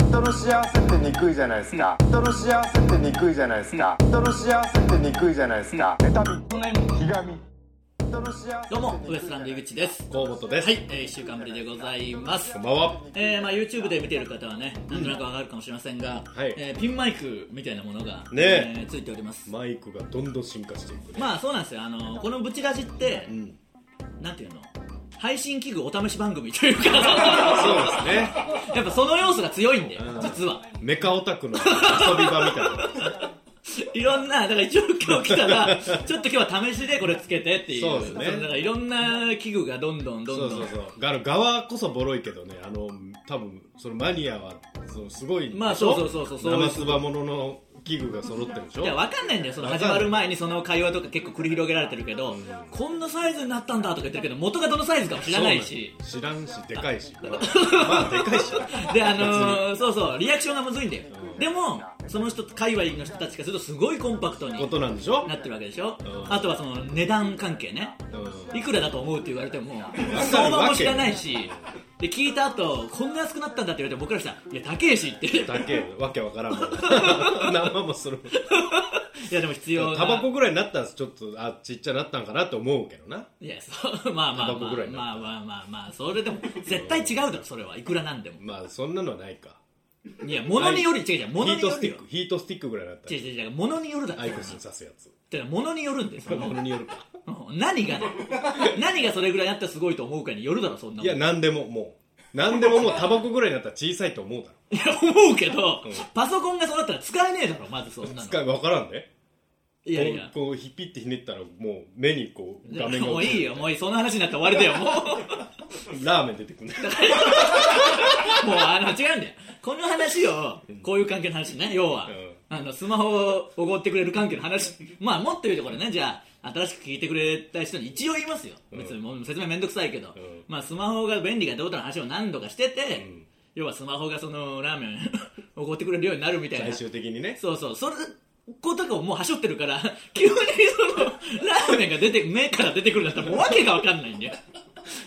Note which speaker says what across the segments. Speaker 1: 人の幸せってにくいじゃないですか人の幸せってにくいじゃないですか人の幸せってにくいじゃないですか妬みひがみ人の幸せって
Speaker 2: どうも
Speaker 1: にく
Speaker 2: ウ
Speaker 1: い
Speaker 2: エス
Speaker 1: じ
Speaker 2: ト
Speaker 1: ゃ
Speaker 2: ラン
Speaker 1: な
Speaker 2: ド
Speaker 1: い
Speaker 2: 井
Speaker 1: で
Speaker 2: 口です
Speaker 3: 河本です
Speaker 2: はい、えー、1週間ぶりでございます
Speaker 3: こんばんは。
Speaker 2: えーまあ、YouTube で見ている方はねなんとなくわかるかもしれませんが、
Speaker 3: はい
Speaker 2: えーピンマイクみたいなものが、
Speaker 3: ねえ
Speaker 2: えーついております
Speaker 3: マイクがどんどん進化していくね。
Speaker 2: まあそうなんですよあのこのブチラジって、
Speaker 3: ん
Speaker 2: なんていうの配信器具お試し番組というか
Speaker 3: そうですね。
Speaker 2: やっぱその要素が強いんで実は
Speaker 3: メカオタクの遊び場みたいな。
Speaker 2: いろんなだから一応今日来た らちょっと今日は試しでこれつけてっていう
Speaker 3: そうですね
Speaker 2: のだからいろんな器具がどんどんどん
Speaker 3: そ
Speaker 2: ど
Speaker 3: うんそうそう。があの側こそボロいけどね、あの、多分そのマニアは、そうすごいでしょ。
Speaker 2: まあそうそうそうそう
Speaker 3: 生つばものの器具が揃ってるでしょ。
Speaker 2: いや分かんないんだよその
Speaker 3: わかん
Speaker 2: 始
Speaker 3: ない
Speaker 2: まる前にその会話とか結構繰り広げられてるけど、こんなサイズになったんだとか言ってるけど元がどのサイズかも知らないし
Speaker 3: そうなの。知らんし、でかいし。まあ、まあでかいし。
Speaker 2: であ のー、そうそうリアクションがむずいんだよ、でもその人界隈の人たちからするとすごいコンパクトに
Speaker 3: ことなんでしょ
Speaker 2: なってるわけでしょ、
Speaker 3: ん
Speaker 2: あとはその値段関係ね
Speaker 3: う
Speaker 2: いくらだと思うって言われても
Speaker 3: け
Speaker 2: 相場も知らないしで聞いた後こんな安くなったんだって言われても僕らしたら「いや高えし」って
Speaker 3: ん。
Speaker 2: い
Speaker 3: だけ、わけわからんもん。生もする。
Speaker 2: やでも必要な
Speaker 3: タバコぐらいになったら、ちょっと、あ、ちっちゃなったんかなって思うけどな。
Speaker 2: いやそうまあまあ
Speaker 3: タ
Speaker 2: ま
Speaker 3: バコ
Speaker 2: あ
Speaker 3: ぐらい
Speaker 2: まあまあまあまあそれでも絶対違うだろそれはいくらなんでも
Speaker 3: まあ、そんなのはないか。
Speaker 2: いや物により違う違う
Speaker 3: ヒ
Speaker 2: 物
Speaker 3: ー
Speaker 2: に
Speaker 3: ト
Speaker 2: よ
Speaker 3: ステ
Speaker 2: る
Speaker 3: ィ
Speaker 2: よ
Speaker 3: ック、ヒートスティックぐらいになったら
Speaker 2: 違う違う違う物によるだろ
Speaker 3: アイコスに刺すや つ。
Speaker 2: ってのは物に よるんでその
Speaker 3: ものによるか。
Speaker 2: うん何がだよ何がそれぐらいやったらすごいと思うかによるだろそんないもん
Speaker 3: や、なんでも、もう。なんでももう、タバコぐらいになったら小さいと思うだ
Speaker 2: いや思うけど、
Speaker 3: うん
Speaker 2: パソコンがそうだったら使えねえだろまずそんな
Speaker 3: ろ。
Speaker 2: の
Speaker 3: 使い、わからんね。
Speaker 2: いやいや
Speaker 3: こう、こうひピッてひねったら、もう、目にこう、画面が
Speaker 2: もう
Speaker 3: 落ち
Speaker 2: いい
Speaker 3: る。
Speaker 2: よもういいその話になったら終わりだよも
Speaker 3: ラーメン出てくるね。
Speaker 2: う もうあの違うんだよこの話をこういう関係の話ね要は、
Speaker 3: うん
Speaker 2: あのスマホをおごってくれる関係の話まあもっと言うとこれねじゃあ新しく聞いてくれた人に一応言いますよ別にもう説明めんどくさいけど、
Speaker 3: ん
Speaker 2: まあスマホが便利がどうとの話を何度かしてて、
Speaker 3: ん
Speaker 2: 要はスマホがそのラーメンおごってくれるようになるみたいな
Speaker 3: 最終的にね。
Speaker 2: そうそう、それ、ことかをもうはしょってるから、 急にその、ラーメンが出て、目から出てくるんだったら、もう訳がわかんないんだよ。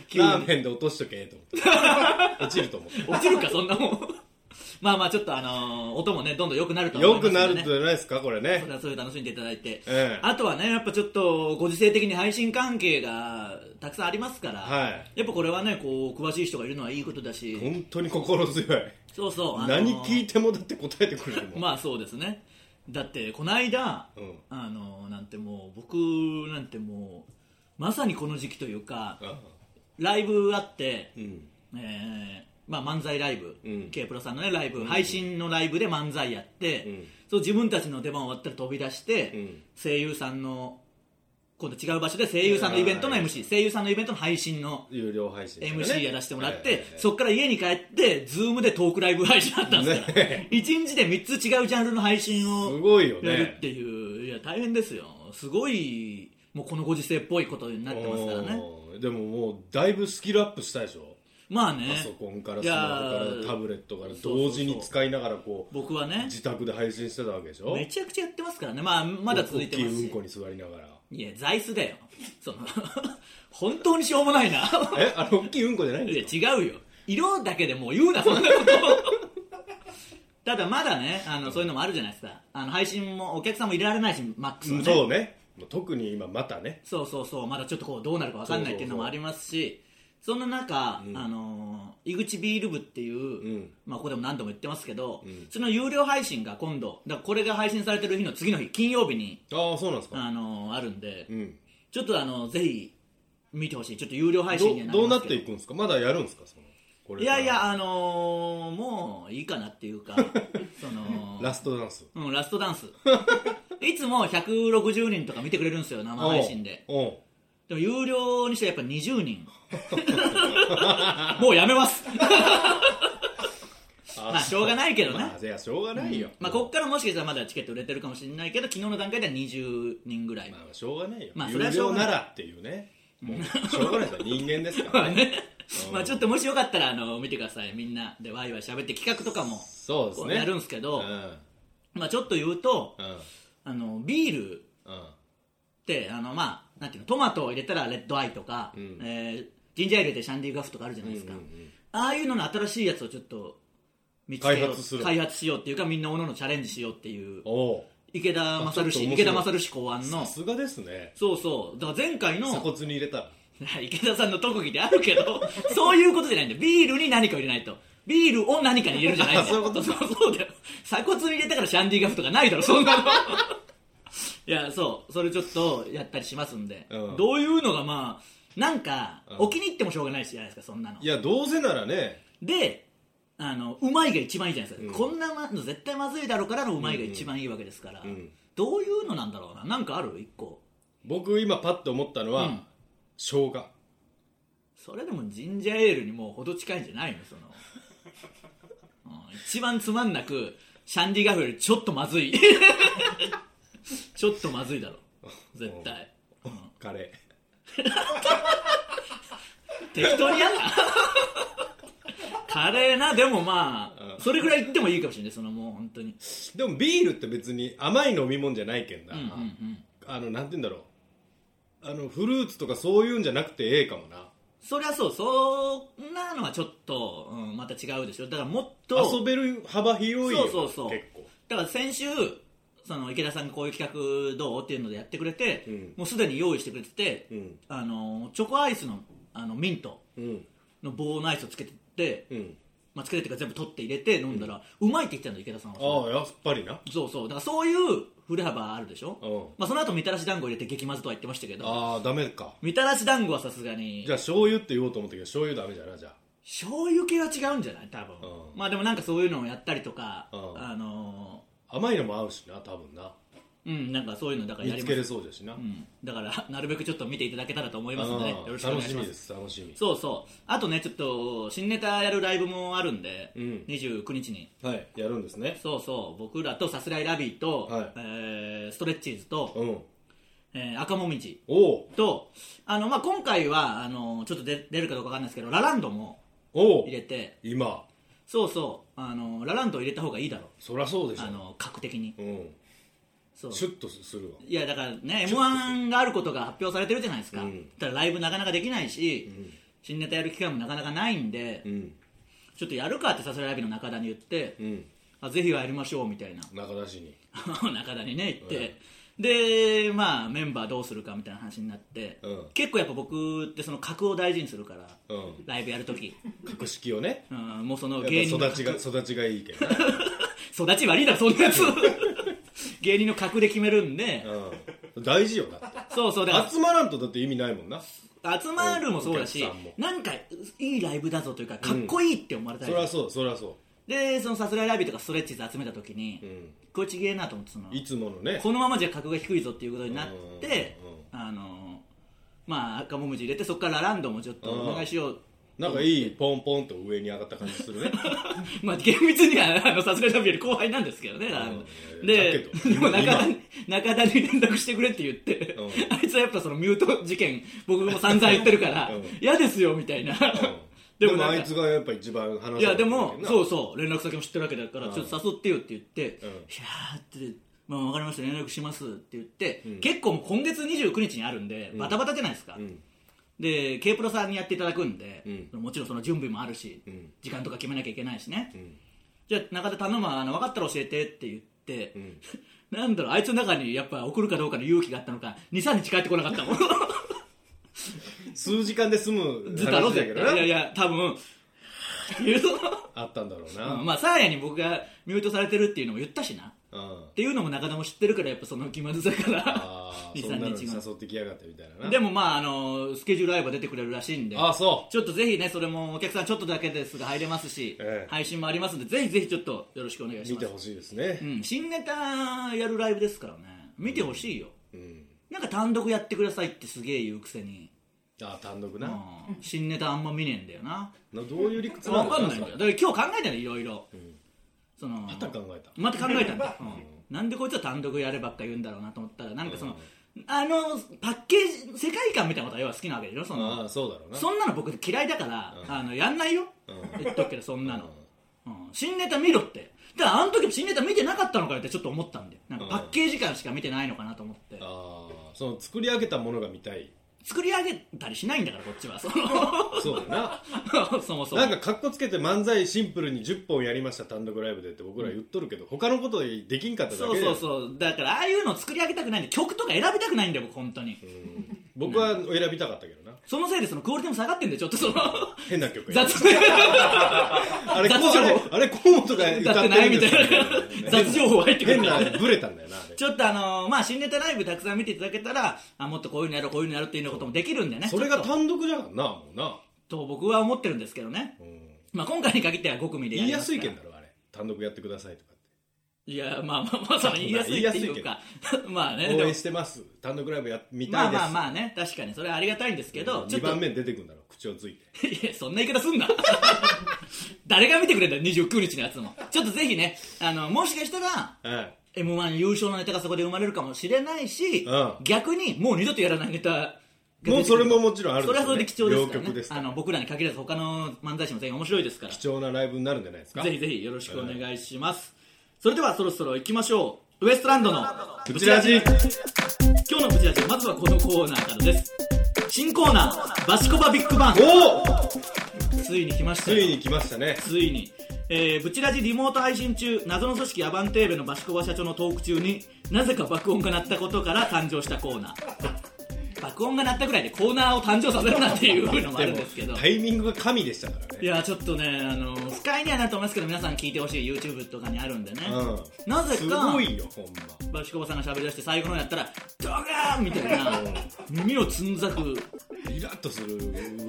Speaker 2: 急に
Speaker 3: ラーメンで落としとけ、と思 って。落ちると思って。
Speaker 2: 落ちるか、そんなもん。 まあまあ、ちょっとあのー音もね、どんどん良くなるとは思
Speaker 3: よ
Speaker 2: います
Speaker 3: く
Speaker 2: んで
Speaker 3: な
Speaker 2: ね
Speaker 3: るんじゃないですか、これね。
Speaker 2: そういう楽しんでいただいて、
Speaker 3: ええ
Speaker 2: あとはねやっぱちょっとご時世的に配信関係がたくさんありますから、
Speaker 3: はい
Speaker 2: やっぱこれはねこう詳しい人がいるのはいいことだし
Speaker 3: 本当に心強い。
Speaker 2: そうそう、あのー
Speaker 3: 何聞いてもだって答えてくれるもん。
Speaker 2: まあそうですねだってこの間、
Speaker 3: うん
Speaker 2: あのなんてもう僕なんてもうまさにこの時期というかライブあって、
Speaker 3: うん。
Speaker 2: えーまあ、漫才ライブ、
Speaker 3: うん
Speaker 2: K プロさんの、ね、ライブ、配信のライブで漫才やって、
Speaker 3: うん
Speaker 2: そう自分たちの出番終わったら飛び出して、
Speaker 3: うん
Speaker 2: 声優さんの今度違う場所で声優さんのイベントの
Speaker 3: はい
Speaker 2: MC 声優さんのイベントの配信の
Speaker 3: 有料配信とかね。
Speaker 2: MC やらせてもらって、
Speaker 3: はいはいはい
Speaker 2: そこから家に帰ってズームでトークライブ配信だったんですから、
Speaker 3: ね
Speaker 2: 一1日で3つ違うジャンルの配信を
Speaker 3: すごいよ
Speaker 2: やる
Speaker 3: ね
Speaker 2: って。いう、いや大変ですよすごいもうこのご時世っぽいことになってますからね
Speaker 3: おーでももうだいぶスキルアップしたでしょ
Speaker 2: まあね
Speaker 3: パソコンから
Speaker 2: い
Speaker 3: スマホか
Speaker 2: やー
Speaker 3: らタブレットから
Speaker 2: そうそう
Speaker 3: 同時に使いながらこう
Speaker 2: 僕はね
Speaker 3: 自宅で配信してたわけでしょ
Speaker 2: めちゃくちゃやってますからねまあまだ続いてま
Speaker 3: 大
Speaker 2: す
Speaker 3: きいうん
Speaker 2: し
Speaker 3: こに座りながら
Speaker 2: いや座椅子だよその 本当にしょうもない な
Speaker 3: えあれ大きいうんこじゃないん
Speaker 2: い
Speaker 3: ですか
Speaker 2: や違うよ色だけでもう言うなそんなこと ただまだねあのそういうのもあるじゃないですかあの配信もお客さんも入れられないしマックスは
Speaker 3: うん
Speaker 2: ね
Speaker 3: そうね特に今またね
Speaker 2: そうそうそうまだちょっとこうどうなるかわかんないっていうのもありますしそんな中、あのー井口ビール部っていう、
Speaker 3: うん
Speaker 2: まあ、ここでも何度も言ってますけど、
Speaker 3: ん
Speaker 2: その有料配信が今度だからこれが配信されてる日の次の日金曜日に、
Speaker 3: ああそうなんですか
Speaker 2: あのーあるんで、
Speaker 3: うん
Speaker 2: ちょっとあのぜひ見てほしいちょっと有料配信には
Speaker 3: ど
Speaker 2: なり
Speaker 3: どう
Speaker 2: ま
Speaker 3: な
Speaker 2: すけ
Speaker 3: って
Speaker 2: ど
Speaker 3: いくんですかまだやるんですかそのこれ
Speaker 2: い
Speaker 3: から
Speaker 2: やいやあのーもういいかなっていう かその
Speaker 3: ラストダンス
Speaker 2: うん、ラストダンスいつも160人とか見てくれるんですよ生配信で
Speaker 3: おう
Speaker 2: でも有料にしてやっぱ20人 もうやめます
Speaker 3: おう
Speaker 2: まあしょうがないけどね、
Speaker 3: まあいやしょうがないよ
Speaker 2: まあこっからもしかしたらまだチケット売れてるかもしれないけど昨日の段階では20人ぐらい、
Speaker 3: まあしょうがないよ
Speaker 2: まあそ
Speaker 3: 有
Speaker 2: れはしょう
Speaker 3: 料
Speaker 2: がない
Speaker 3: ならっていうねもうしょうがない ですよ人間ですか
Speaker 2: ま
Speaker 3: ら
Speaker 2: あ
Speaker 3: ね
Speaker 2: ねまあちょっともしよかったらあの見てくださいみんなでワイワイ喋って企画とかも
Speaker 3: そうです
Speaker 2: こう
Speaker 3: ね
Speaker 2: やるんですけ
Speaker 3: う
Speaker 2: ど、
Speaker 3: んうん
Speaker 2: まあちょっと言うと
Speaker 3: うん
Speaker 2: あのビールってあのまあなんていうのトマトを入れたらレッドアイとか、
Speaker 3: ん
Speaker 2: えージンジャー入れてシャンディガフとかあるじゃないですか、
Speaker 3: うんうんうん
Speaker 2: ああいうのの新しいやつをちょっと見つけよう
Speaker 3: 開発する
Speaker 2: 開発しようっていうかみんなおののチャレンジしようっていう
Speaker 3: おう
Speaker 2: 池田勝
Speaker 3: あちょっと
Speaker 2: 氏
Speaker 3: 面白い
Speaker 2: 池田勝氏考案
Speaker 3: さ
Speaker 2: の
Speaker 3: すがですね
Speaker 2: そうそうだから前回の
Speaker 3: 鎖骨に入れたら
Speaker 2: 池田さんの特技であるけど そういうことじゃないんだよビールに何かを入れないとビールを何かに入れるじゃないんだよ
Speaker 3: そういうこと
Speaker 2: そうそうだよ鎖骨に入れたからシャンディガフとかない だろそんなのいやそうそれちょっとやったりしますんで、
Speaker 3: うん
Speaker 2: どういうのがまあなんか、
Speaker 3: うん
Speaker 2: 置きに入ってもしょうがないじゃないですかそんなの
Speaker 3: いやどうせならね
Speaker 2: であのうまいが一番いいじゃないですか、
Speaker 3: うん
Speaker 2: こんなまの絶対まずいだろうからのうまいが一番いいわけですから、
Speaker 3: ん
Speaker 2: どういうのなんだろうななんかある一個
Speaker 3: 僕今パッと思ったのは、
Speaker 2: うん
Speaker 3: 生姜
Speaker 2: それでもジンジャーエールにもうほど近いんじゃないのその、うん一番つまんなくシャンディガフよりちょっとまずいちょっとまずいだろ絶対、うん
Speaker 3: カレー
Speaker 2: 適当にやんなカレーなでもまあ、
Speaker 3: うん
Speaker 2: それぐらい言ってもいいかもしれないそのもう本当に
Speaker 3: でもビールって別に甘い飲み物じゃないけんな、
Speaker 2: うんうんうん
Speaker 3: あのなんて言うんだろうあのフルーツとかそういうんじゃなくてええかもな
Speaker 2: そりゃそうそんなのはちょっと、うん、また違うでしょだからもっと
Speaker 3: 遊べる幅広いよ
Speaker 2: そうそうそう
Speaker 3: 結構
Speaker 2: だから先週その池田さんがこういう企画どうっていうのでやってくれて、
Speaker 3: うん
Speaker 2: もうすでに用意してくれてて、
Speaker 3: うん
Speaker 2: あのチョコアイスのあのミント
Speaker 3: うん
Speaker 2: の棒のアイスをつけてって、
Speaker 3: うん
Speaker 2: まあ、つけてっていうか全部取って入れて飲んだら、うまいって言ってたんだ池田さんは
Speaker 3: ああやっぱりな
Speaker 2: そうそうだからそういう振れ幅あるでしょ、
Speaker 3: うん
Speaker 2: まあ、その後みたらし団子入れて激まずとは言ってましたけど
Speaker 3: ああダメか
Speaker 2: みたらし団子はさすがに
Speaker 3: じゃあ醤油って言おうと思ったけど醤油ダメじゃなじゃあ
Speaker 2: 醤油系は違うんじゃない多分、
Speaker 3: うん
Speaker 2: まあでもなんかそういうのをやったりとか、
Speaker 3: うん
Speaker 2: あの
Speaker 3: 甘いのも合うしな多分な
Speaker 2: ーうんなんかそういうのだからや
Speaker 3: 見
Speaker 2: り
Speaker 3: つ
Speaker 2: ます
Speaker 3: けれそうだしな、
Speaker 2: うん、だから なるべくちょっと見ていただけたらと思いますので、ね、よ
Speaker 3: あ
Speaker 2: ろしく
Speaker 3: あ
Speaker 2: お願
Speaker 3: 楽
Speaker 2: いし
Speaker 3: し
Speaker 2: ま
Speaker 3: み
Speaker 2: す
Speaker 3: です楽しみ
Speaker 2: そうそうあとねちょっと新ネタやるライブもあるんで、
Speaker 3: うん
Speaker 2: 29日に
Speaker 3: はいやるんですね
Speaker 2: そうそう僕らとさすらいラビーと、
Speaker 3: はい
Speaker 2: えーストレッチーズと、
Speaker 3: うん
Speaker 2: えー赤もみじ
Speaker 3: おお
Speaker 2: とあの、まあ、今回はあのちょっと出出るかどうかわかんないですけどラランドも
Speaker 3: おお
Speaker 2: 入れて
Speaker 3: 今
Speaker 2: そうそうあのラランドを入れた方がいいだろう
Speaker 3: そりゃそうでしょ
Speaker 2: あの格的に
Speaker 3: うん
Speaker 2: そう
Speaker 3: シュッとするわ
Speaker 2: いやだからね
Speaker 3: ち
Speaker 2: m
Speaker 3: ょっと
Speaker 2: 1があることが発表されてるじゃないですか、
Speaker 3: うん
Speaker 2: ただライブなかなかできないし、
Speaker 3: ん
Speaker 2: 新ネタやる機会もなかなかないんで、
Speaker 3: うん
Speaker 2: ちょっとやるかってさすらいライブの中田に言って、
Speaker 3: うん
Speaker 2: あぜひやりましょうみたいな
Speaker 3: 中出しに
Speaker 2: 中田にね言って、でまあメンバーどうするかみたいな話になって、
Speaker 3: うん
Speaker 2: 結構やっぱ僕ってその格を大事にするから、
Speaker 3: うん
Speaker 2: ライブやると き、
Speaker 3: 格式をね
Speaker 2: うん、もうその
Speaker 3: やっぱ
Speaker 2: 芸人の
Speaker 3: 育ちが育ちがいいけ どね
Speaker 2: 育ち悪いだろそんなや つ芸人の格で決めるんで、
Speaker 3: うん大事よだって
Speaker 2: そうそうだから
Speaker 3: 集まらんとだって意味ないもんな
Speaker 2: 集まるもそうだし
Speaker 3: お客さんも
Speaker 2: なんかいいライブだぞというかかっこいいって思われた
Speaker 3: そ
Speaker 2: り、
Speaker 3: りゃそうそりゃそ
Speaker 2: でそのさすらいラビーとかストレッチーズ集めた時に、
Speaker 3: ううん
Speaker 2: これちげえなと思ってその
Speaker 3: いつものね
Speaker 2: このままじゃ格が低いぞっていうことになって
Speaker 3: うんうんうん
Speaker 2: あのまあ赤もみじ入れてそこからラランドもちょっとお願いしよう
Speaker 3: なんかいいポンポンと上に上がった感じするね
Speaker 2: まあ厳密にはあのさすらいラビーより後輩なんですけどねララン
Speaker 3: う
Speaker 2: ド
Speaker 3: ん
Speaker 2: で
Speaker 3: だけど
Speaker 2: でも中田
Speaker 3: 今
Speaker 2: に中田に連絡してくれって言って
Speaker 3: うん
Speaker 2: あいつはやっぱそのミュート事件僕も散々言ってるから
Speaker 3: うん
Speaker 2: 嫌ですよみた いな
Speaker 3: で
Speaker 2: な
Speaker 3: も
Speaker 2: んか
Speaker 3: あいつがやっぱ一番話せる
Speaker 2: いやでもそううそう連絡先も知ってるわけだから
Speaker 3: うん
Speaker 2: ちょっと誘ってよって言って「
Speaker 3: うん
Speaker 2: いやー」って「まあ、分かりました連絡します」って言って、
Speaker 3: ん
Speaker 2: 結構もう今月29日にあるんでバタバタじゃないですか、
Speaker 3: ん
Speaker 2: で K プロさんにやっていただくんで、
Speaker 3: う
Speaker 2: もちろんその準備もあるし、
Speaker 3: ん
Speaker 2: 時間とか決めなきゃいけないしね、
Speaker 3: ん
Speaker 2: じゃあ中田頼むわあの分かったら教えてって言って、
Speaker 3: ん
Speaker 2: なんだろうあいつの中にやっぱ送るかどうかの勇気があったのか23日帰ってこなかった もん
Speaker 3: 数時間で済む
Speaker 2: ずっとだろ
Speaker 3: 話だ
Speaker 2: 絶
Speaker 3: けど
Speaker 2: 対いやい
Speaker 3: な
Speaker 2: や多 分っていう
Speaker 3: あったんだろう
Speaker 2: うん
Speaker 3: な
Speaker 2: まあ、サーヤに僕がミュートされてるっていうのも言ったしな。っ
Speaker 3: うん
Speaker 2: ていうのも中田も知ってるから、やっぱその気まずさから
Speaker 3: あ、ー
Speaker 2: 2、
Speaker 3: そんなの
Speaker 2: 3日
Speaker 3: に
Speaker 2: 後。
Speaker 3: 誘ってきやがってみたいなな
Speaker 2: でもまあ、あの、スケジュール合えば出てくれるらしいんで、
Speaker 3: あそ
Speaker 2: ちょっとぜひね、それもお客さんちょっとだけですが入れますし、
Speaker 3: ええ
Speaker 2: 配信もありますんで、ぜひぜひちょっとよろしくお願いうし
Speaker 3: 見
Speaker 2: ま
Speaker 3: て
Speaker 2: す。
Speaker 3: ほしいですね
Speaker 2: うん、新ネタやるライブですからね、見てほしいよ。
Speaker 3: うん
Speaker 2: なんか単独やってくださいってすげえ言うくせに、
Speaker 3: あ単独
Speaker 2: う、
Speaker 3: なん
Speaker 2: 新ネタあんま見ねえんだよな。
Speaker 3: などういう理屈な
Speaker 2: わ
Speaker 3: の
Speaker 2: かんないん
Speaker 3: そ
Speaker 2: だよ。
Speaker 3: れ
Speaker 2: だから今日考えたのいろいろ。その
Speaker 3: また考えた
Speaker 2: また考えたんだ、うんなんでこいつは単独やればっか言うんだろうなと思ったらなんかその、あのパッケージ世界観みたいなことが要は好きなわけでしょそ
Speaker 3: あ
Speaker 2: の
Speaker 3: あそうだろうな
Speaker 2: そんなの僕嫌いだから、あのやんないよ、
Speaker 3: うん
Speaker 2: 言っとくけどそんなの、うん新ネタ見ろってだからあの時も新ネタ見てなかったのかよってちょっと思ったんでなんかパッケージ感しか見てないのかなと思って、
Speaker 3: ああその作り上げたものが見たい
Speaker 2: 作り上げたりしないんだからこっちはそ の
Speaker 3: そうだ
Speaker 2: そ もそ
Speaker 3: な
Speaker 2: も
Speaker 3: なんかかっこつけて漫才シンプルに10本やりました単独ライブでって僕ら言っとるけど、他のことでできんかっただ
Speaker 2: そう
Speaker 3: けで
Speaker 2: そうそうだからああいうの作り上げたくないんで曲とか選びたくないんだよ僕本当に、
Speaker 3: 僕は選びたかったけどな
Speaker 2: そのせいでそのクオリティも下がってんでちょっとそ の
Speaker 3: 変な曲や
Speaker 2: 雑情
Speaker 3: あれこう
Speaker 2: 雑情
Speaker 3: あれあれ河
Speaker 2: 歌
Speaker 3: 本が歌っ
Speaker 2: ってて
Speaker 3: な
Speaker 2: ないい
Speaker 3: み
Speaker 2: み
Speaker 3: た
Speaker 2: た
Speaker 3: い
Speaker 2: い
Speaker 3: な
Speaker 2: な 雑情報入ってく
Speaker 3: 変
Speaker 2: る
Speaker 3: なブレたんだよなあ れ
Speaker 2: ちょっとあのーまあ新ネタライブたくさん見ていただけたらあもっとこういうのやろうこういうのやろうっていうようなこともできるんでね
Speaker 3: それが
Speaker 2: ちょっ
Speaker 3: 単独じゃんなもうな、
Speaker 2: とと僕は思ってるんですけどね、
Speaker 3: うん
Speaker 2: まあ、今回に限っては5組で
Speaker 3: 言い
Speaker 2: りま
Speaker 3: や
Speaker 2: す
Speaker 3: す
Speaker 2: か
Speaker 3: い
Speaker 2: ら
Speaker 3: けんだろあれ単独やってくださいとかっ
Speaker 2: いやまあまあまあその言いやすいっていうか まあね
Speaker 3: て応
Speaker 2: でも
Speaker 3: 援してます単独ライブや見た
Speaker 2: ま
Speaker 3: い
Speaker 2: あ
Speaker 3: です
Speaker 2: まあまあね確かにそれはありがたいんですけど、ちょっ
Speaker 3: 2
Speaker 2: と
Speaker 3: 番目に出てくるんだろ口をついて
Speaker 2: いや、そんな言い方すんな。 誰が見てくれた29日のやつも。ちょっとぜひね、あの、もしかしたら、
Speaker 3: うん、
Speaker 2: M1 優勝のネタがそこで生まれるかもしれないし、
Speaker 3: うん
Speaker 2: 逆にもう二度とやらないネタが出てくる
Speaker 3: もうそれももちろんある
Speaker 2: それはそれで貴重です
Speaker 3: 両
Speaker 2: からね
Speaker 3: 極ですか
Speaker 2: あ
Speaker 3: ら
Speaker 2: の僕らに限らず他の漫才師も全員面白いですから
Speaker 3: 貴重なライブになるんじゃないですか
Speaker 2: ぜひぜひよろしくお願いします、それではそろそろ行きましょうウエストランドの
Speaker 3: ブチラジ
Speaker 2: 今日のブチラジまずはこのコーナーからです新コーナーバシコバビッグバン
Speaker 3: おお
Speaker 2: ついに来ました
Speaker 3: つ
Speaker 2: よ
Speaker 3: いに来ましたね
Speaker 2: ついに、えーブチラジリモート配信中謎の組織アバンテーベのバシコバ社長のトーク中になぜか爆音が鳴ったことから誕生したコーナー 爆音が鳴ったぐらいでコーナーを誕生させるなっていうのもあ
Speaker 3: で
Speaker 2: るん
Speaker 3: も
Speaker 2: ですけど
Speaker 3: タイミングが神でしたから
Speaker 2: い
Speaker 3: ね
Speaker 2: やちょっとねあの不快にはなると思いますけど皆さん聞いてほしい YouTube とかにあるんでね、
Speaker 3: う
Speaker 2: なぜ
Speaker 3: す
Speaker 2: か
Speaker 3: ごいよほんま
Speaker 2: バシコバさんが喋り出して最後の方やったら「ドガーン!」みたいな耳をつんざく
Speaker 3: イラッとする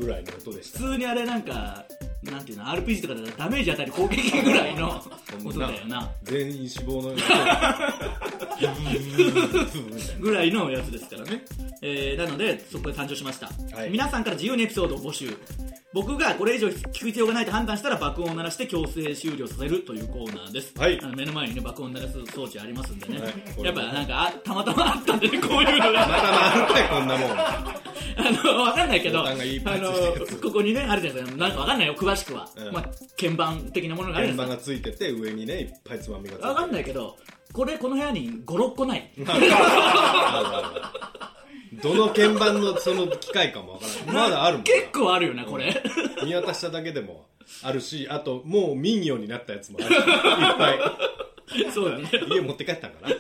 Speaker 3: ぐらいの音でした
Speaker 2: 普通にあれなんかなんていうの RPG とかだったらダメージ与える攻撃ぐらいの音だよな
Speaker 3: 全員死亡の
Speaker 2: ぐらいのやつですからね、えーなのでそこで誕生しました、
Speaker 3: はい
Speaker 2: 皆さんから自由にエピソードを募集僕がこれ以上聞く必要がないと判断したら爆音を鳴らして強制終了させるというコーナーです、
Speaker 3: はい
Speaker 2: あの目の前に、ね、爆音鳴らす装置ありますんでね、
Speaker 3: はい
Speaker 2: やっぱなんかあたまたまあったんでねこういうの
Speaker 3: ま
Speaker 2: が
Speaker 3: たまるかいこんなもん
Speaker 2: あの分かんないけど
Speaker 3: ボタンがいっぱ
Speaker 2: あ
Speaker 3: いつ
Speaker 2: の
Speaker 3: いてるやつ
Speaker 2: ここにねあるじゃないですかなんか分かんないよ詳しくは、
Speaker 3: うん
Speaker 2: まあ、鍵盤的なものがあるじ
Speaker 3: 鍵
Speaker 2: ゃない
Speaker 3: 盤
Speaker 2: です
Speaker 3: がついてて上にねいっぱいつまみがついて
Speaker 2: か分かんないけどこれこの部屋に56個ない
Speaker 3: どの鍵盤のその機械かもわからないまだあるもんな
Speaker 2: 結構あるよなこれ、
Speaker 3: 見渡しただけでもあるしあともう民謡になったやつもあるしいっぱ い
Speaker 2: そうだね
Speaker 3: 家持って帰ったん かな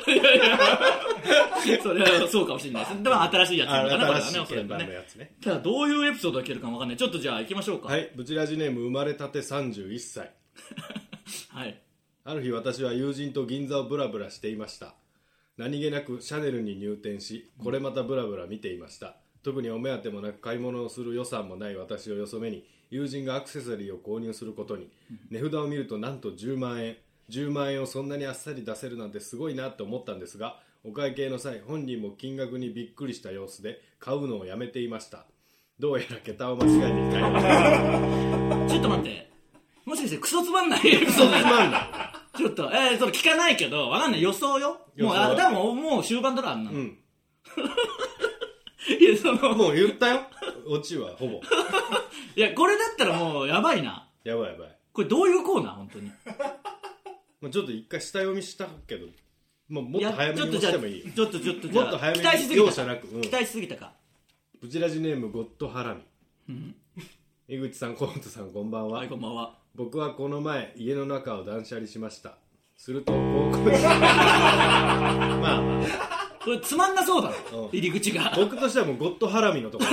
Speaker 2: それはそうかもしれないです。でも新しいやつなのかな、これ
Speaker 3: 新
Speaker 2: は
Speaker 3: し
Speaker 2: ね、
Speaker 3: い
Speaker 2: おそら
Speaker 3: 鍵
Speaker 2: く
Speaker 3: 盤の
Speaker 2: ね。
Speaker 3: やつね
Speaker 2: ただ、どういうエピソードが聞けるかもわかんない。ちょっとじゃあ行きましょうか。
Speaker 3: は。いブチラジネーム生まれたて31歳
Speaker 2: はい。
Speaker 3: ある日私は友人と銀座をブラブラしていました何気なくシャネルに入店しこれまたブラブラ見ていました特にお目当てもなく買い物をする予算もない私をよそ目に友人がアクセサリーを購入することに値札を見るとなんと10万円10万円をそんなにあっさり出せるなんてすごいなと思ったんですがお会計の際本人も金額にびっくりした様子で買うのをやめていましたどうやら桁を間違えていたようです
Speaker 2: ちょっと待って。もしかして、クソつまんないエ ピソード
Speaker 3: つまんない
Speaker 2: ちょっと、えー、それ聞かないけど、わかんない。予想よ。
Speaker 3: 予
Speaker 2: もう、
Speaker 3: 想
Speaker 2: あ、でも、もう終盤だろ、あんなの。
Speaker 3: うん
Speaker 2: いや、その、
Speaker 3: もう言ったよオチはほぼ
Speaker 2: いや、これだったらもう、やばいな。
Speaker 3: やばいやばい
Speaker 2: これどういうコーナー、本当に。
Speaker 3: まあ、ちょっと一回下読みしたけど、まあ、もっと早め
Speaker 2: や
Speaker 3: に押してもいいよ
Speaker 2: ちょっとじゃあ、ちょっと、ちょっとじゃあ、
Speaker 3: もっと早め
Speaker 2: 期待しす
Speaker 3: に
Speaker 2: ぎた
Speaker 3: 容
Speaker 2: か。
Speaker 3: 赦なく、うん、
Speaker 2: 期待しすぎたか。
Speaker 3: ブチラジネームゴッドハラミ井口さん河本さんこんばんは、
Speaker 2: はい、こんばんは。
Speaker 3: 僕はこの前家の中を断捨離しましたする と高校生
Speaker 2: これ、つまんなそうだ
Speaker 3: う
Speaker 2: ろ
Speaker 3: ん。
Speaker 2: 入り口が。
Speaker 3: 僕としてはもうゴッドハラミの ところい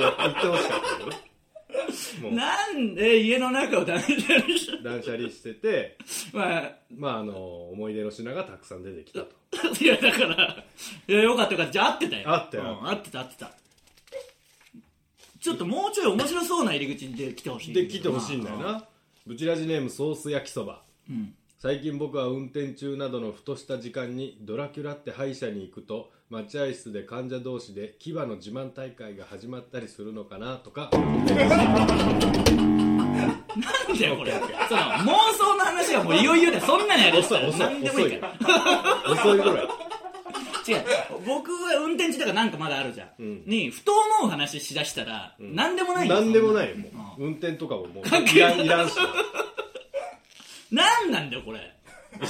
Speaker 3: や言ってほしかったけどねも
Speaker 2: なんで家の中を断捨離し
Speaker 3: う断捨離してて
Speaker 2: まあ、
Speaker 3: まああの思い出の品がたくさん出てきたと
Speaker 2: いや、だから、いや、よかったよかった。じゃあ、合ってたよ。
Speaker 3: 合ったよ
Speaker 2: うん合ってた、合ってた。ちょっともうちょい面白そうな入り口で来てほしい。
Speaker 3: で来てほしいんだよ。なブチラジネームソース焼きそば
Speaker 2: うん。
Speaker 3: 最近僕は運転中などのふとした時間にドラキュラって歯医者に行くと待合室で患者同士で牙の自慢大会が始まったりするのかなとか
Speaker 2: なんだよ、これ。その、妄想の話はもういよいよだよ。そんなのやる
Speaker 3: 遅い遅い
Speaker 2: なんでも
Speaker 3: 遅
Speaker 2: いい
Speaker 3: い
Speaker 2: から。
Speaker 3: 遅いぐらい
Speaker 2: 違う。僕は運転中だからなんかまだあるじゃん。
Speaker 3: ん
Speaker 2: に、ふと思う話しだしたら、なんでもないよ
Speaker 3: 何でもないよもう運転とかももういらんいらんし
Speaker 2: なんなんだよ、これ。
Speaker 3: ム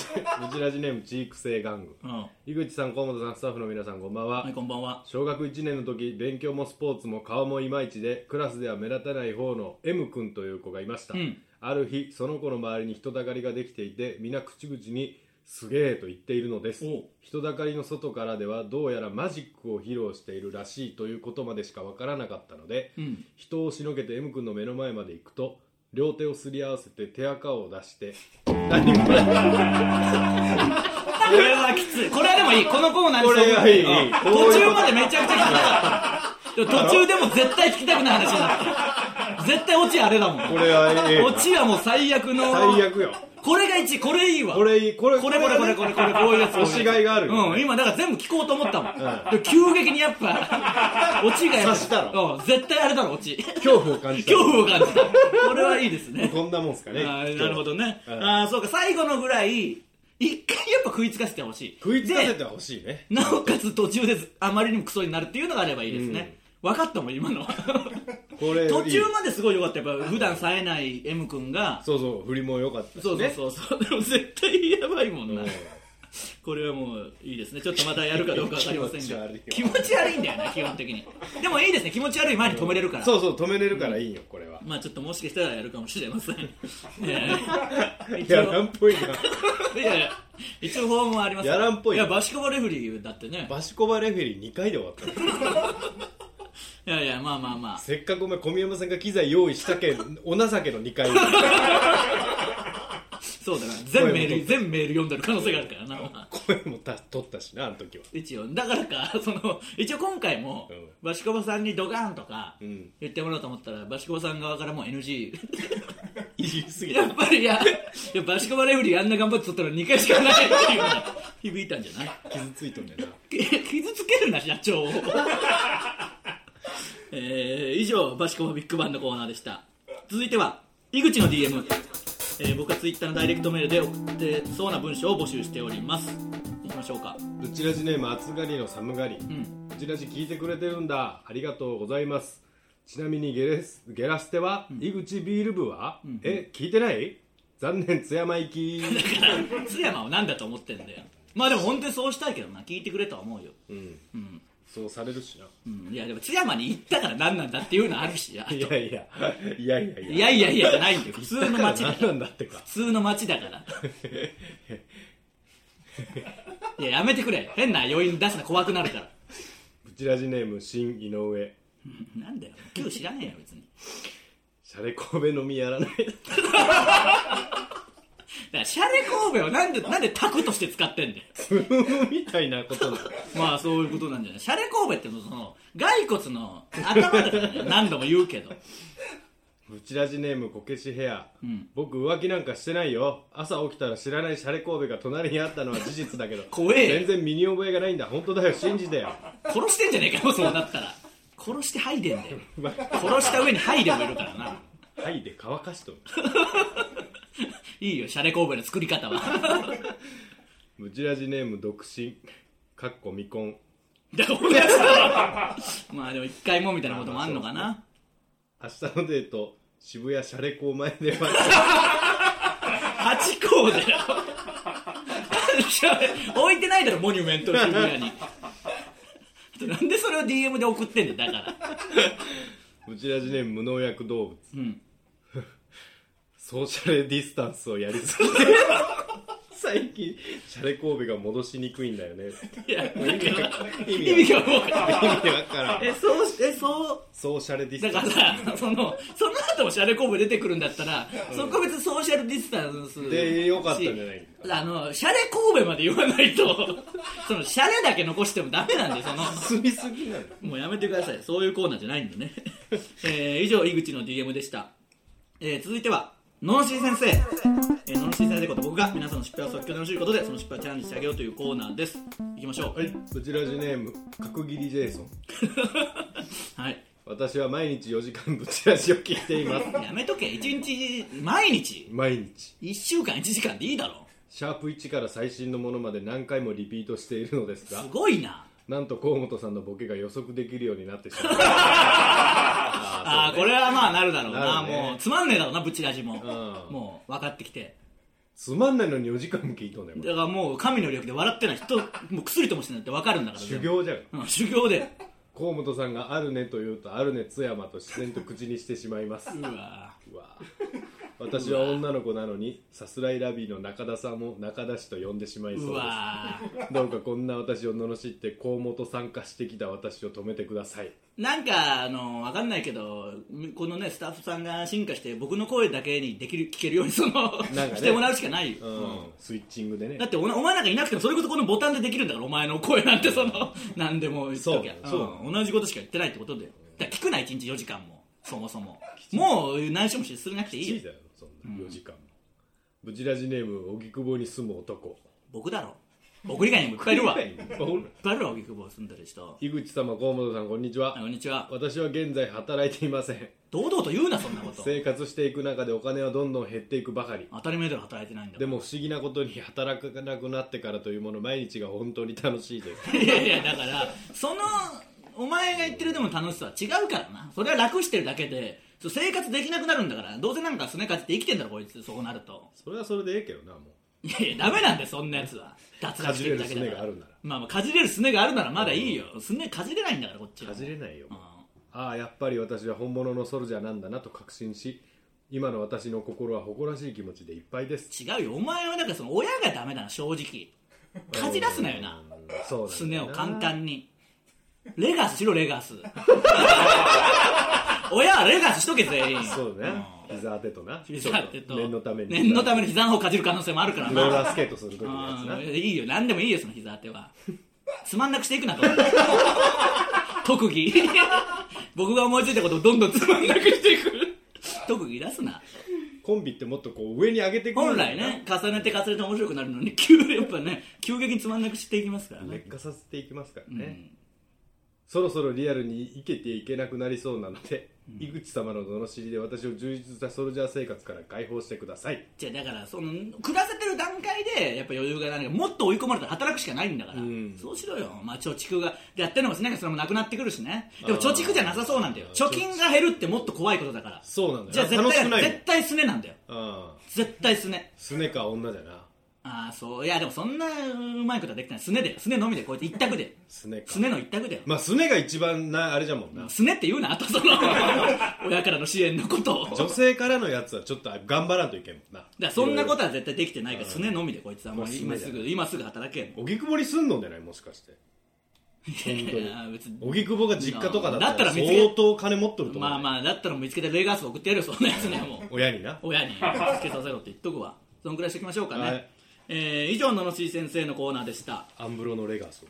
Speaker 3: チラジネームチーク性玩具
Speaker 2: うん。は、
Speaker 3: 井口さん河本さんスタッフの皆さんこんばんはい
Speaker 2: こんばんは。
Speaker 3: 小学1年の時勉強もスポーツも顔もいまいちでクラスでは目立たない方の M 君という子がいました、
Speaker 2: うん
Speaker 3: ある日その子の周りに人だかりができていて皆口々に「すげえ」と言っているのです
Speaker 2: おう
Speaker 3: 人だかりの外からではどうやらマジックを披露しているらしいということまでしかわからなかったので、
Speaker 2: うん。
Speaker 3: 人をしのげて M 君の目の前まで行くと両手をすり合わせて手垢を出して
Speaker 2: これはきつい。これはでもいい。このコーナーに
Speaker 3: これがいい
Speaker 2: うん
Speaker 3: こういうこと
Speaker 2: 途中までめちゃくちゃきつかった。でも途中でも絶対聞きたくない話になった。絶対オチあれだもん。
Speaker 3: これは ええ
Speaker 2: オチはもう最悪の。
Speaker 3: 最悪よ
Speaker 2: これが1、これいいわ。
Speaker 3: これいいこれ
Speaker 2: これこれこれこれこれこういうやつ
Speaker 3: 押しがいがあるよ
Speaker 2: うん今だから全部聞こうと思ったもん、でも急激にやっぱ落ちがやっぱ
Speaker 3: 刺した
Speaker 2: うん絶対あれだろ落ち
Speaker 3: 恐怖を感じ た
Speaker 2: 恐怖を感じたこれはいいですね
Speaker 3: こんなもんすか
Speaker 2: あ
Speaker 3: ね
Speaker 2: ーなるほどね、
Speaker 3: うん
Speaker 2: ああそうか最後のぐらい一回やっぱ食いつかせてほしい
Speaker 3: 食いつかせて
Speaker 2: で
Speaker 3: ほしいね
Speaker 2: なおかつ途中であまりにもクソになるっていうのがあればいいですね、分かったもん今 の
Speaker 3: これいい
Speaker 2: 途中まですごい良かったやっぱ普段冴えない M 君が
Speaker 3: そうそう振りも良かったしね
Speaker 2: そうそうそうそう、でも絶対やばいもんな、
Speaker 3: うん
Speaker 2: これはもういいですねちょっとまたやるかどうか分かりませんが気
Speaker 3: 気
Speaker 2: 持ち悪いんだよね基本的にでもいいですね気持ち悪い前に止めれるから
Speaker 3: そうそう止めれるからいいよこれは
Speaker 2: まあちょっともしかしたらやるかもしれま せんええ
Speaker 3: い
Speaker 2: 一
Speaker 3: や
Speaker 2: 応
Speaker 3: らんっぽいない
Speaker 2: やいや一応法もあります
Speaker 3: やらんっぽい
Speaker 2: いやバシコバレフリーだってね
Speaker 3: バシコバレフェリー2回で終わったの
Speaker 2: いやいやまあまあまあ
Speaker 3: せっかくお前小宮山さんが機材用意したけんお情けの2回
Speaker 2: そうだな全メー
Speaker 3: 声
Speaker 2: ル
Speaker 3: も
Speaker 2: 全メール読んでる可能性があるからな
Speaker 3: 声もた取ったしなあの時は
Speaker 2: 一応だからかその一応今回も
Speaker 3: うん
Speaker 2: バシコバさんにドカンとか
Speaker 3: うん
Speaker 2: 言ってもらおうと思ったらバシコバさん側からもう NG
Speaker 3: 言い過ぎ
Speaker 2: やっぱりいや、いやバシコバレフリーあんな頑張って撮ったの2回しかないっていうのが響いたんじゃない
Speaker 3: 傷ついとんだよな
Speaker 2: き 傷つけるな、社長を。 えー、以上、バシコバビッグバンのコーナーでした。続いては、井口の DM。えー、僕はツイッターのダイレクトメールで送ってそうな文章を募集しております。いきましょうか。
Speaker 3: うちらじネーム暑がりの寒がり、う
Speaker 2: うん。
Speaker 3: ちらじ聞いてくれてるんだありがとうございますちなみにゲレスゲラステは、井口ビール部は、え聞いてない残念津山行き
Speaker 2: 津山をなんだと思ってんだよ。まあでも本当にそうしたいけどな、聞いてくれとは思うよ。
Speaker 3: うん
Speaker 2: うん。
Speaker 3: そうされるしな
Speaker 2: うん。いや、でも津山に行ったから何なんだっていうのあるし、いや
Speaker 3: いやいやいやいや
Speaker 2: いやいやいやじゃないんだよ。普通の街だ
Speaker 3: 何
Speaker 2: から。
Speaker 3: なんだってか
Speaker 2: 普通の街だから。いや、やめてくれ。変な余韻出すの怖くなるから。
Speaker 3: うちらじネーム新井上
Speaker 2: なんだよ。今日知らねえよ、別に。
Speaker 3: シャレ神戸飲みや らない
Speaker 2: だから、シャレ神戸をなんで、なんでタクとして使ってんだよ。
Speaker 3: みたいなことだ
Speaker 2: まあ、そういうことなんじゃない。シャレ神戸ってもうその、骸骨の頭だからね。何度も言うけど。
Speaker 3: ブチラジネームこけしヘア、
Speaker 2: ん
Speaker 3: 僕浮気なんかしてないよ朝起きたら知らないシャレ神戸が隣にあったのは事実だけど
Speaker 2: 怖え
Speaker 3: 全然身に覚えがないんだ本当だよ信じてよ
Speaker 2: 殺してんじゃねえかよ、そうなったら。殺して剥いでんだよ。
Speaker 3: ま
Speaker 2: 殺した上に剥いでもいるからな。
Speaker 3: はいで乾かしとる
Speaker 2: いいよ、シャレ神戸の作り方は。
Speaker 3: ブチラジネーム独身かっこ未婚
Speaker 2: だから、このやつだろまあ、でも一回もみたいなこともあんのかな。
Speaker 3: 明日のデート渋谷シャレ校前で待
Speaker 2: 八校だよ 置いてないだろモニュメントの渋谷になんでそれを DM で送ってんだよだから
Speaker 3: つブチラジネーム無農薬動物、
Speaker 2: ん
Speaker 3: ソーシャルディスタンスをやりすぎて最近シャレ神戸が戻しにくいんだよね
Speaker 2: いやだから
Speaker 3: 意
Speaker 2: 意味
Speaker 3: が
Speaker 2: がもうか
Speaker 3: 意味わからん
Speaker 2: えそうしえそ
Speaker 3: ソーシャルデ
Speaker 2: う
Speaker 3: ィス
Speaker 2: だ
Speaker 3: タ
Speaker 2: か
Speaker 3: ンス
Speaker 2: らそのその後もシャレコブ出てくるんだったら、そこは別にソーシャルディスタンス
Speaker 3: でよかったんじゃない
Speaker 2: しあのシャレ神戸まで言わないとそのシャレだけ残してもダメなんでその
Speaker 3: 進みすぎなの
Speaker 2: もうやめてください。そういうコーナーじゃないんでね。 えー、以上、井口の DM でした。えー、続いては、ののしー先生。えー、ののしー先生こと僕が皆さんの失敗を即興で楽しいことで、その失敗をチャレンジしてあげようというコーナーです。いきましょう。
Speaker 3: はいブチラジネーム角切りジェイソン
Speaker 2: はい。
Speaker 3: 私は毎日4時間ブチラジを聞いています
Speaker 2: やめとけ。一日、毎日、
Speaker 3: 毎日
Speaker 2: 一週間一時間でいいだろ
Speaker 3: シャープ1から最新のものまで何回もリピートしているのです
Speaker 2: う。
Speaker 3: が
Speaker 2: すごいな。
Speaker 3: なんと河本さんのボケが予測できるようになってし まう
Speaker 2: あ
Speaker 3: あ
Speaker 2: あー、これはまあなるだろうな。
Speaker 3: なるね
Speaker 2: もう、つまんねえだろうな、ブチラジも。
Speaker 3: ん
Speaker 2: もう、分かってきて。
Speaker 3: つまんないのに4時間も聞いとんねんこ
Speaker 2: だ
Speaker 3: れ
Speaker 2: からもう神の力で笑ってない人もう薬ともしてないって分かるんだから
Speaker 3: 修、行じゃん
Speaker 2: うん、修行で
Speaker 3: 河本さんが「あるね」と言うと「あるね津山」と自然と口にしてしまいます
Speaker 2: うわ
Speaker 3: うわ私は女の子なのにさすらいラビーの中田さんも中田氏と呼んでしまいそううで
Speaker 2: わ
Speaker 3: すどうかこんな私を罵って河本参加してきた私を止めてください
Speaker 2: なんかあの分かんないけどこのねスタッフさんが進化して僕の声だけにできる聞けるようにその、
Speaker 3: なんかね
Speaker 2: してもらうしかないよ、
Speaker 3: うん、スイッチングでね
Speaker 2: だっておなお前なんかいなくてもそれこそこのボタンでできるんだからお前の声なんてその何でも言っときゃ
Speaker 3: そうそ
Speaker 2: ん同じことしか言ってないってことだよだから聞くな1日4時間もそもそももう何週もするなくていい
Speaker 3: 1
Speaker 2: よ
Speaker 3: 位だよそんな4時間も、ブチラジネーム荻窪に住む男
Speaker 2: 僕だろ僕以外にもいっぱいいる わいっ
Speaker 3: あほ
Speaker 2: ぱ
Speaker 3: ら
Speaker 2: いいるわ荻窪住んでる人
Speaker 3: 井口様河本さんこんにちは
Speaker 2: あこんにちは
Speaker 3: 私は現在働いていません
Speaker 2: 堂々と言うなそんなこと
Speaker 3: 生活していく中でお金はどんどん減っていくばかり
Speaker 2: 当たり前では働いてないんだか
Speaker 3: で
Speaker 2: ら
Speaker 3: も不思議なことに働かなくなってからというもの毎日が本当に楽しいで す
Speaker 2: いやいやだからそのお前が言ってるでも楽しさは違うからなそれは楽してるだけでそう生活できなくなるんだからどうせなんかすねかじって生きてんだろこいつそうなると
Speaker 3: それはそれでええけどなも
Speaker 2: いやいやダメなんだよそんなやつは脱落してるだけだから
Speaker 3: かじれるすねがあるなら
Speaker 2: まあまあかじれるすねがあるならまだいいよ、すねかじれないんだからこっち
Speaker 3: う
Speaker 2: は
Speaker 3: かじれないよ、
Speaker 2: うん
Speaker 3: ああやっぱり私は本物のソルジャーなんだなと確信し今の私の心は誇らしい気持ちでいっぱいです
Speaker 2: 違うよお前はなんかその親がダメだな正直かじらすなよな
Speaker 3: そう
Speaker 2: すねを簡
Speaker 3: に
Speaker 2: 単にレガスしろレガ ス親はレガスしとけ全員
Speaker 3: そうだね
Speaker 2: ん
Speaker 3: 膝当てとな
Speaker 2: 膝当てと
Speaker 3: 念のために
Speaker 2: 念のために膝の方かじる可能性もあるから
Speaker 3: ロー
Speaker 2: な、
Speaker 3: ラースケートする時のやつな
Speaker 2: うん、いいよ何でもいいよその膝当てはつまんなくしていくなと 特技 僕が思いついたことをどんどんつまんなくしていく特技出すな
Speaker 3: コンビってもっとこう上に上げてくる
Speaker 2: 本
Speaker 3: んだ
Speaker 2: 来
Speaker 3: よな
Speaker 2: ね重ねて重ねて面白くなるのに急やっぱね急激につまんなくしていきますからね
Speaker 3: 劣化させていきますから
Speaker 2: うん
Speaker 3: ね、そろそろリアルに生けていけなくなりそうなので、井口様の罵りで私を充実したソルジャー生活から解放してください
Speaker 2: じゃあだからその暮らせてる段階でやっぱ余裕がないからもっと追い込まれたら働くしかないんだから、
Speaker 3: うん
Speaker 2: そうしろよ、まあ、貯蓄がでやってるのもしないからそれもなくなってくるしねでも
Speaker 3: あ
Speaker 2: 貯
Speaker 3: ー
Speaker 2: 蓄じゃなさそうなんだよ
Speaker 3: あー
Speaker 2: 貯金が減るってもっと怖いことだから
Speaker 3: そうなんだ
Speaker 2: じゃあ
Speaker 3: よな
Speaker 2: 絶
Speaker 3: 楽しくな
Speaker 2: 対
Speaker 3: い
Speaker 2: 絶対すねなんだよ
Speaker 3: ああ
Speaker 2: 絶対すね
Speaker 3: すねか女じゃな
Speaker 2: ああそういやでもそんなうまいことはできてないすねでよすねのみでこうやって一択です
Speaker 3: ねか
Speaker 2: すねの一択だよ
Speaker 3: まあすねが一番なあれじゃもんな
Speaker 2: すねって言うなあ とその親からの支援のことを
Speaker 3: 女性からのやつはちょっと頑張らんといけんもんな
Speaker 2: だからそんなこととは絶対できてないからすねのみでこいつはもう今す
Speaker 3: もうすね
Speaker 2: ぐ
Speaker 3: だ
Speaker 2: 今すぐ働けん
Speaker 3: 荻窪に住んどんじゃないもしかして本当
Speaker 2: い
Speaker 3: に
Speaker 2: や別に
Speaker 3: 荻窪が実家とかだった
Speaker 2: だったら
Speaker 3: ら
Speaker 2: 見つけ
Speaker 3: 相当金持っとると思う、
Speaker 2: まあまあだったら見つけてレガース送ってやるよそんなやつねもう
Speaker 3: 親にな
Speaker 2: 親につけさせろって言っとくわそのくらいしておきましょうかね、
Speaker 3: はい
Speaker 2: えー以上ののしい先生のコーナーでした
Speaker 3: アンブロのレガスを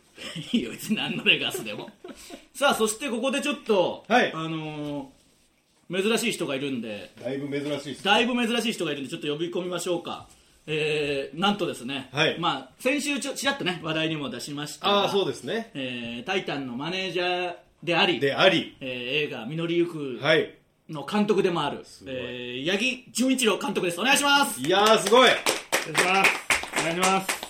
Speaker 2: いいよ別に何のレガースでも さあそしてここでちょっと、
Speaker 3: はい
Speaker 2: あのー珍しい人がいるんで
Speaker 3: だいぶ珍しいっす
Speaker 2: だいぶ珍しい人がいるんでちょっと呼び込みましょうかえー、なんとですね、
Speaker 3: はい
Speaker 2: まあ、先週ちょちらっとね話題にも出しましたが
Speaker 3: ああそうですね
Speaker 2: えータイタン」のマネージャーであり
Speaker 3: であり
Speaker 2: えー映画「実りゆく
Speaker 3: はい
Speaker 2: の監督でもある、
Speaker 3: ごい
Speaker 2: えー、八木純一郎監督ですお願いします
Speaker 3: いやーすごい
Speaker 4: お願いしますお願いします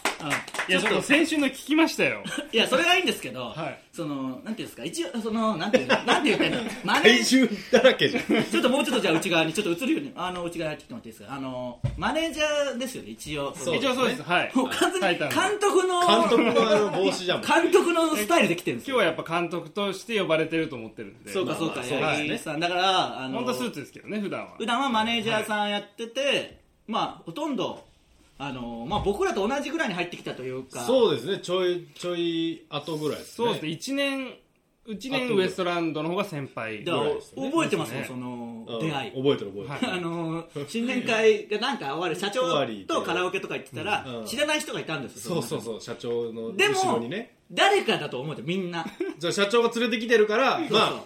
Speaker 4: いやちょっと先週の聞きましたよ
Speaker 2: い やそれがいいんですけど、
Speaker 4: はい
Speaker 2: そのなんていうんですか一応そのなんていうのなんて言ったらいいのマネ
Speaker 3: 体
Speaker 2: ージ
Speaker 3: 重だらけじゃん
Speaker 2: ちょっともうちょっとじゃあ内側にちょっと映るようにあの内側に来てもらっていいですかあのマネージャーですよね一応
Speaker 3: う
Speaker 4: 一応そうですはい
Speaker 2: もう完全に監
Speaker 4: 今
Speaker 2: 督の
Speaker 3: 監督のあの帽子じゃん
Speaker 2: 監督のスタイルで来てるんです
Speaker 4: 日
Speaker 2: よ
Speaker 4: はやっぱ監督として呼ばれてると思ってるんで
Speaker 2: そうかそうか
Speaker 3: まあまあ
Speaker 2: 八木さんだからあの
Speaker 4: 本当はスーツですけどね普段は
Speaker 2: 普段はマネージャーさんやってて、まあほとんどあの、まあ、僕らと同じぐらいに入ってきたというか
Speaker 3: そうですねちょいちょい後ぐらいですね
Speaker 4: そうですね1年1
Speaker 3: あ
Speaker 4: 年
Speaker 3: と
Speaker 4: ウエストランドの方が先輩
Speaker 2: だから
Speaker 3: ぐらいですね
Speaker 2: 覚えてますよ、
Speaker 4: です
Speaker 2: そ
Speaker 4: ね
Speaker 2: の
Speaker 3: うん
Speaker 2: 出会い、
Speaker 3: 覚えてる覚えてる、
Speaker 2: あの新年会がなんか終わる社長
Speaker 3: 終わり
Speaker 2: とカラオケとか行ってたら、
Speaker 3: うん
Speaker 2: 知らない人がいたんです
Speaker 3: そ
Speaker 2: よ
Speaker 3: うそう
Speaker 2: の中
Speaker 3: そう社長の
Speaker 2: でも
Speaker 3: 後ろにね
Speaker 2: 誰かだと思うてみん な
Speaker 3: じゃあ社長が連れてきてるから
Speaker 2: そう
Speaker 3: まあ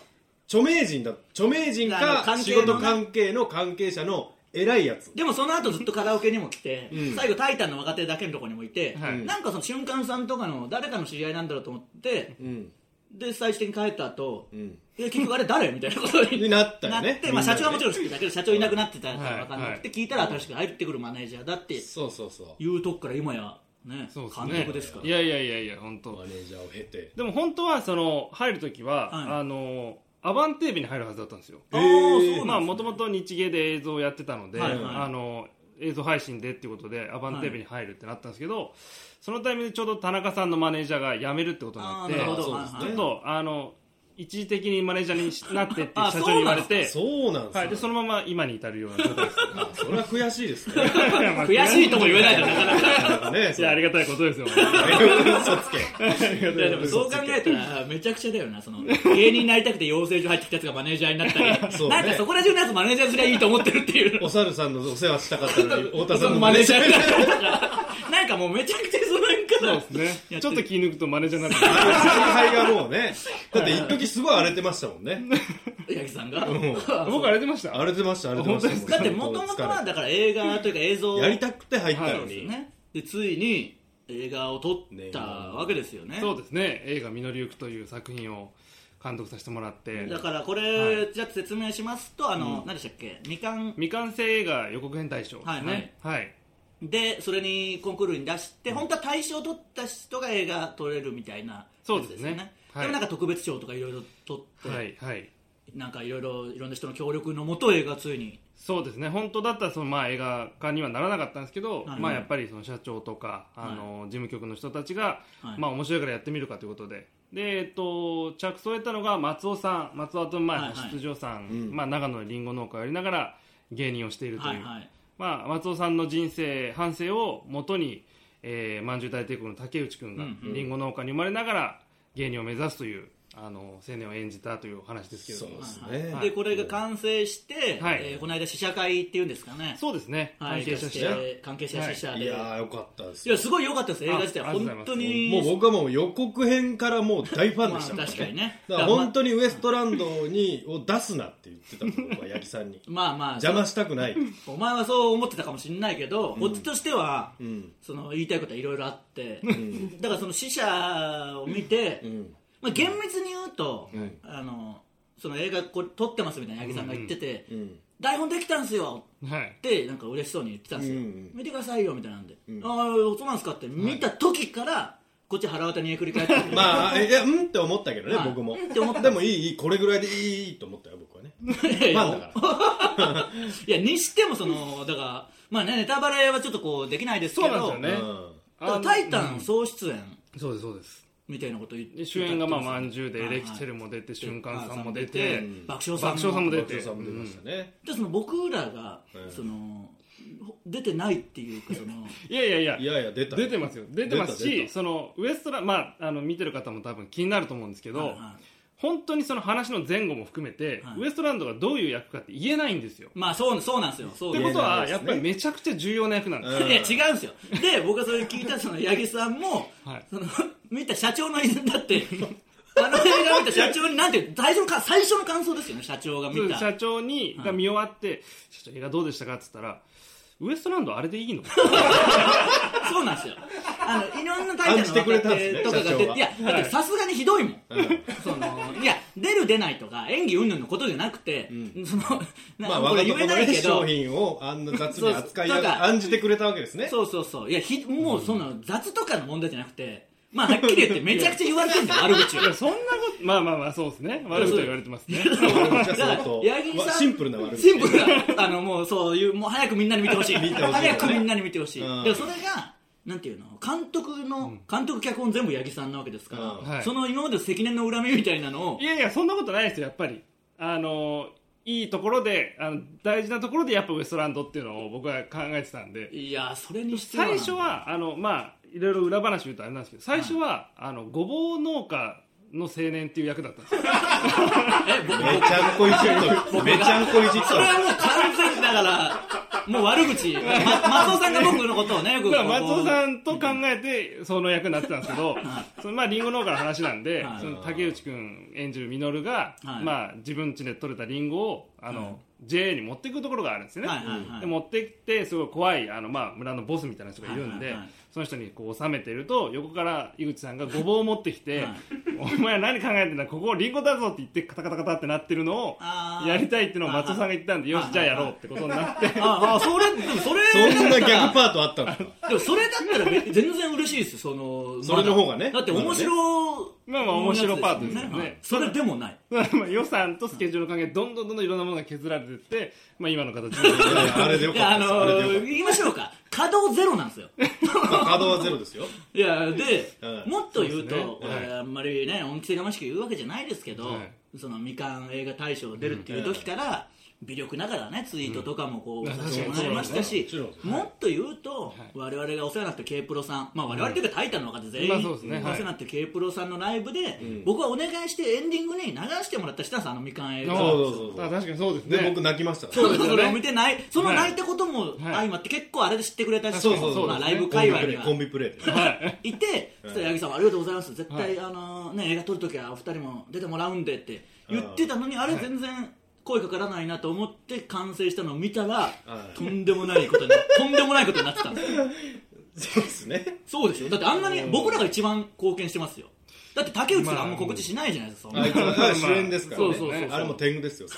Speaker 3: 著名人だ著名人
Speaker 2: あの
Speaker 3: か
Speaker 2: 関係
Speaker 3: 仕
Speaker 2: のね
Speaker 3: 事関係の関係者の偉いやつ
Speaker 2: でもその後ずっとカラオケにも来て、
Speaker 3: うん
Speaker 2: 最後「タイタン」の若手だけのとこにもいて、
Speaker 4: はい
Speaker 2: なんかその瞬間さんとかの誰かの知り合いなんだろうと思って
Speaker 3: うん
Speaker 2: で最終的に帰った後、
Speaker 3: うん
Speaker 2: え結局あれ誰みたいなことに
Speaker 3: に なったよね
Speaker 2: なって、まあ、
Speaker 3: みん
Speaker 2: 社
Speaker 3: なで
Speaker 2: 長はもちろん知ってたけど社長いなくなってたから分かんなく
Speaker 4: はい
Speaker 2: て
Speaker 4: はい
Speaker 2: 聞いたら新しく入ってくるマネージャーだって
Speaker 3: そうそうそ
Speaker 2: いうとこから今や、ね、
Speaker 4: そう
Speaker 2: 監
Speaker 4: ですね
Speaker 2: 督ですから
Speaker 4: いやいやいやいや本
Speaker 3: うマ
Speaker 4: 当
Speaker 3: ネージャーを経て
Speaker 4: でも本当はその入る時
Speaker 2: はい
Speaker 4: は、あのアバンテービに入るはずだったんですよ
Speaker 2: あーそうなんですね
Speaker 4: まあもともと日芸で映像をやってたので、
Speaker 2: はいはい
Speaker 4: あの映像配信でっていうことでアバンテーブに入るってなったんですけど、そのタイミングでちょうど田中さんのマネージャーが辞めるってことになって
Speaker 2: あーなるほど
Speaker 3: そうですね
Speaker 4: ちょっとあの一時的にマネージャーになってって
Speaker 2: あ
Speaker 4: 社長に言われて
Speaker 3: そうなんです
Speaker 4: は
Speaker 3: よ
Speaker 4: い、でそのまま今に至るような状態です
Speaker 3: あそれは悔しいですね
Speaker 4: まあ
Speaker 2: 悔しいとも言えないじゃんなかな か
Speaker 3: なんかね
Speaker 4: いやありがたいことで すよあ
Speaker 3: 嘘つけ
Speaker 4: りがたいこと
Speaker 2: いやでもそう考えたらめちゃくちゃだよなその芸人になりたくて養成所入ってきたやつがマネージャーになったり、
Speaker 3: そうね
Speaker 2: なんかそこら中のやつマネージャーすりゃいいと思ってるっていう
Speaker 3: お猿さんのお世話したかっ たのに太田
Speaker 2: そ
Speaker 3: さん
Speaker 2: の
Speaker 3: の
Speaker 2: マ
Speaker 3: マ
Speaker 2: ネ
Speaker 3: ネ
Speaker 2: ー
Speaker 3: ー
Speaker 2: ジ
Speaker 3: ジ
Speaker 2: ャ
Speaker 3: ャ
Speaker 2: ー
Speaker 3: ー
Speaker 2: に
Speaker 3: に
Speaker 2: なったから なんかもうめちゃくちゃそのなんか
Speaker 4: そうですねちょっと気抜くとマネージャーになる
Speaker 3: 采配がもうねだって一時すごい荒れてましたもんね
Speaker 2: 八木さんが、
Speaker 4: 僕荒れてました
Speaker 3: 荒れてました荒れてましたもん
Speaker 2: だってもともとはだから映画というか映像
Speaker 3: やりたくて入った
Speaker 2: そう
Speaker 3: の
Speaker 2: です
Speaker 3: に、
Speaker 2: よねでついに映画を撮ったわけですよね
Speaker 4: そうですね映画「実りゆく」という作品を監督させてもらって
Speaker 2: だからこれ、じゃあ説明しますとあの、何でしたっけ未完
Speaker 4: 未完成映画予告編大賞ですねはい
Speaker 2: でそれにコンクールに出して、本当は大賞を取った人が映画撮れるみたいなやつ
Speaker 4: そうですねはい
Speaker 2: でもなんか特別賞とかいろいろ取って、
Speaker 4: はいはい
Speaker 2: なんかいろいろいろんな人の協力のもと映画ついに
Speaker 4: そうですね本当だったらそのまあ映画化にはならなかったんですけど、
Speaker 2: はい
Speaker 4: まあ、やっぱりその社長とかあの事務局の人たちが、
Speaker 2: はい
Speaker 4: まあ、面白いからやってみるかということで。でえっと、着想を得たのが松尾さん松尾と前
Speaker 2: はいはい
Speaker 4: 出場さん、
Speaker 3: うん
Speaker 4: まあ、長野でりんご農家をやりながら芸人をしているという、
Speaker 2: はいはい
Speaker 4: まあ、松尾さんの人生反省をもとに、えー、まんじゅう大帝国の竹内君が
Speaker 2: うん
Speaker 4: りんご農家に生まれながら芸人を目指すというあの青年を演じたというお話ですけれど
Speaker 3: そう
Speaker 4: も
Speaker 3: です
Speaker 2: はい
Speaker 3: ね、
Speaker 2: はいでこれが完成して、
Speaker 4: はい
Speaker 2: えーこの間試写会っていうんですかね
Speaker 4: そうですね、
Speaker 2: はい
Speaker 4: 関係者して
Speaker 2: 関係者試写
Speaker 3: い
Speaker 2: で、
Speaker 3: や
Speaker 2: い、
Speaker 3: ーよかったです
Speaker 2: やすごい良かったです映画自体
Speaker 4: あありがとうござい
Speaker 2: 本
Speaker 4: ます
Speaker 2: 当に
Speaker 3: もう僕はもう予告編からもう大ファンでしたもん
Speaker 2: まあ確かにね
Speaker 3: だから本当にウエストランドにを出すなって言ってたもん僕は八木さんに
Speaker 2: まあまあ
Speaker 3: 邪魔したくない、
Speaker 2: お前はそう思ってたかもしれないけど、オチとしては、
Speaker 3: ん
Speaker 2: その言いたいことはいろいろあって、だからその死者を見て、
Speaker 3: うん、
Speaker 2: まあ、厳密に言うと、
Speaker 3: うん
Speaker 2: あのその映画これ撮ってますみたいな八木さんが言ってて、
Speaker 3: うん
Speaker 2: 台本できたんすよ
Speaker 4: はい
Speaker 2: っ、てなんか嬉しそうに言ってたんですよ、
Speaker 3: うんうん
Speaker 2: 見てくださいよみたいなんで、
Speaker 3: ん
Speaker 2: ああそうなんですかって見た時から、こっち腹渡にえくり返ってる
Speaker 3: まあいやうんって思ったけどね
Speaker 2: はい
Speaker 3: 僕も
Speaker 2: うんって思った
Speaker 3: でもいいいいこれぐらいでいいと思ったよ僕はね
Speaker 2: いやい
Speaker 3: フ
Speaker 2: や
Speaker 3: ァンだから
Speaker 2: いやにしてもそのだからまあねネタバレはちょっとこうできないですけど
Speaker 4: そうなんですよね
Speaker 3: うん
Speaker 2: だからタイタン総出演
Speaker 4: そうですそうです
Speaker 2: みたいなこと言って
Speaker 4: で主演がまあまん
Speaker 2: ん
Speaker 4: じゅうでエレキテルも出て瞬間さんも出て
Speaker 2: うん爆
Speaker 4: 爆
Speaker 2: 笑さんも
Speaker 4: 笑さんも出
Speaker 3: 爆
Speaker 4: て
Speaker 3: 笑さんも出ましたね、
Speaker 2: でその僕らが、
Speaker 3: うん
Speaker 2: そのほ出てないっていうかその
Speaker 4: いやいやいや
Speaker 3: いやいや出た
Speaker 4: 出てますよ出てます
Speaker 3: 出た出
Speaker 4: したそのウエストラまああの見てる方も多分気になると思うんですけど、
Speaker 2: はいはい
Speaker 4: 本当にその話の前後も含めて、
Speaker 2: はい
Speaker 4: ウエストランドがどういう役かって言えないんですよ。
Speaker 2: まあそうそうなんですよそう
Speaker 4: って
Speaker 2: で
Speaker 4: こ
Speaker 2: す
Speaker 4: とは、
Speaker 3: 言えないですね
Speaker 4: やっぱりめちゃくちゃ重要な役なんですよ。
Speaker 3: うん
Speaker 2: いや違うんですよで僕がそれ聞いたその八木さんも、
Speaker 4: はい
Speaker 2: その見た社長の依存だってあの映画見た社長になんていう最初のか最初の感想ですよね社長が見た
Speaker 4: 社長に、が見終わって、社長映画どうでしたかって言ったら、ウエストランドあれでいいの
Speaker 2: そうなんですよあのいろんなタイト
Speaker 3: 案じ
Speaker 2: ル
Speaker 3: て
Speaker 2: の
Speaker 3: くれた
Speaker 2: 若
Speaker 3: んです
Speaker 2: 手
Speaker 3: ね
Speaker 2: とかが
Speaker 3: 社
Speaker 2: 出
Speaker 3: 長
Speaker 2: て
Speaker 3: はい
Speaker 2: やだってさすがにひどいもん
Speaker 3: うん
Speaker 2: そのいや出る出ないとか演技云々のことじゃなくて、 そのな
Speaker 3: まあ、
Speaker 2: こ
Speaker 3: 我
Speaker 2: れ
Speaker 3: が
Speaker 2: 言
Speaker 3: 子
Speaker 2: え
Speaker 3: の
Speaker 2: ない
Speaker 3: ね
Speaker 2: けど
Speaker 3: 商品をあんな雑に扱い
Speaker 2: そうそうだか
Speaker 3: や
Speaker 2: ら
Speaker 3: 案じてくれたわけですね。
Speaker 2: そうそうそういやひもうそんなの雑とかの問題じゃなくてまあはっきり言ってめちゃくちゃ言われてるんだよ悪口を
Speaker 4: いや、そんなこと、まあまあまあ、そうですね。悪いこと言われてますね。
Speaker 3: じゃあ相当
Speaker 2: 八木さん
Speaker 3: わシンプルな悪口。
Speaker 2: シンプルなあのもうそういうもう早くみんなに見てほしい
Speaker 3: 見てほしいよね
Speaker 2: 早くみんなに見てほしい、
Speaker 3: うん
Speaker 2: でそれがなんていうの監督の、監督脚本全部八木さんなわけですから、
Speaker 3: うん
Speaker 4: はい
Speaker 2: その今までの積年の恨みみたいなのを
Speaker 4: いやいや、そんなことないですよ、やっぱり。あの、いいところで、あの大事なところで、やっぱウエストランドっていうのを僕は考えてたんで、
Speaker 2: いやそれにして
Speaker 4: 最初は、あの、まあ、いろいろ裏話言うとあれなんですけど、最初は、あの、ごぼう農家の青年っていう役だったんですよ。
Speaker 2: え僕
Speaker 3: めちゃんこいじっ とる。めちゃんこいじっ
Speaker 2: そ
Speaker 3: と
Speaker 2: れ
Speaker 3: る。
Speaker 2: はもう完全にだからもう悪 口、ま、松尾さんが僕のことをねよく
Speaker 4: だから松尾
Speaker 2: ん
Speaker 4: さんと考えてその役になってたんですけど、そのまあリンゴ農家の話なんで、
Speaker 2: はい
Speaker 4: その竹内君演じる稔が、
Speaker 2: はい
Speaker 4: まあ自分家で取れたリンゴをあの、JA に持っていくところがあるんですよね。
Speaker 2: はいはいはい
Speaker 4: で持ってきてすごい怖いあのまあ村のボスみたいな人がいるんで、
Speaker 2: はいはいはい
Speaker 4: その人にこう納めてると横から井口さんがごぼうを持ってきて、
Speaker 2: は
Speaker 4: お前何考えてんだここリンゴだぞって言ってカタカタカタってなってるのを
Speaker 2: あー
Speaker 4: やりたいっていうのを松尾さんが言ったんで
Speaker 2: あー
Speaker 4: よしじゃあやろうってことになって
Speaker 2: ああそれでもそれ
Speaker 3: そん
Speaker 2: だ
Speaker 3: な
Speaker 2: ったら
Speaker 3: 逆パートあったのか
Speaker 2: でもそれだったらべ全然嬉しいですよその
Speaker 3: それの方がね
Speaker 2: だって面白
Speaker 4: まあまあ面白パートですよね
Speaker 2: はいそれでもない
Speaker 4: まあ予算とスケジュールの関係でどんどんどんどんいろんなものが削られてって、まあ、今の形 に
Speaker 3: あれでよ
Speaker 2: いや
Speaker 3: か
Speaker 2: あ
Speaker 3: った
Speaker 2: の
Speaker 3: ですあれでよかっ
Speaker 2: ー言いましょうか稼働ゼロなんですよ
Speaker 3: たまあ稼働はゼロですよ
Speaker 2: いやで、
Speaker 3: うん
Speaker 2: もっと言うと、
Speaker 4: そうですね
Speaker 2: 俺あんまりね恩着せがましく言うわけじゃないですけど、
Speaker 4: はい
Speaker 2: そのみかん映画大賞出るっていう時から、微力ながらねツイートとかもこう
Speaker 4: うん
Speaker 2: させてもらいましたし
Speaker 3: 確かにそうです、ね
Speaker 2: もっと言うと、
Speaker 4: はい
Speaker 2: 我々がお世話になった K プロさん、まあ、我々というかタイタンの方全員、
Speaker 4: まあそうですねはい
Speaker 2: お世話になった K プロさんのライブで、
Speaker 3: ん
Speaker 2: 僕はお願いしてエンディングに流してもらった人なんですあのみかん映画
Speaker 3: そうそうそう
Speaker 4: あ確かにそうですね
Speaker 3: で僕泣きました
Speaker 2: そうです
Speaker 4: そ
Speaker 2: そ
Speaker 4: うですよね
Speaker 2: れを見てないその
Speaker 4: はい
Speaker 2: 泣いたことも相まって結構あれで知ってくれた人
Speaker 3: そうそうそう
Speaker 2: まあライブ界隈には
Speaker 3: コンビプレイコンビプレイでね
Speaker 4: はい
Speaker 2: いて、そしたら八木さんはありがとうございます、絶対、あのね、映画撮るときはお二人も出てもらうんでって言ってたのに、あれ、全然声かからないなと思って完成したのを見たら、とんでもないことにな とんでもないことになってたんですよ、
Speaker 3: そうですね
Speaker 2: そうですよ、だってあんなに僕らが一番貢献してますよ、だって竹内さん、 あんま告知しないじゃないですか、そん
Speaker 3: あ
Speaker 2: ない
Speaker 3: つが主演ですからね
Speaker 2: そうそうそう
Speaker 3: あれも天 狗ですよ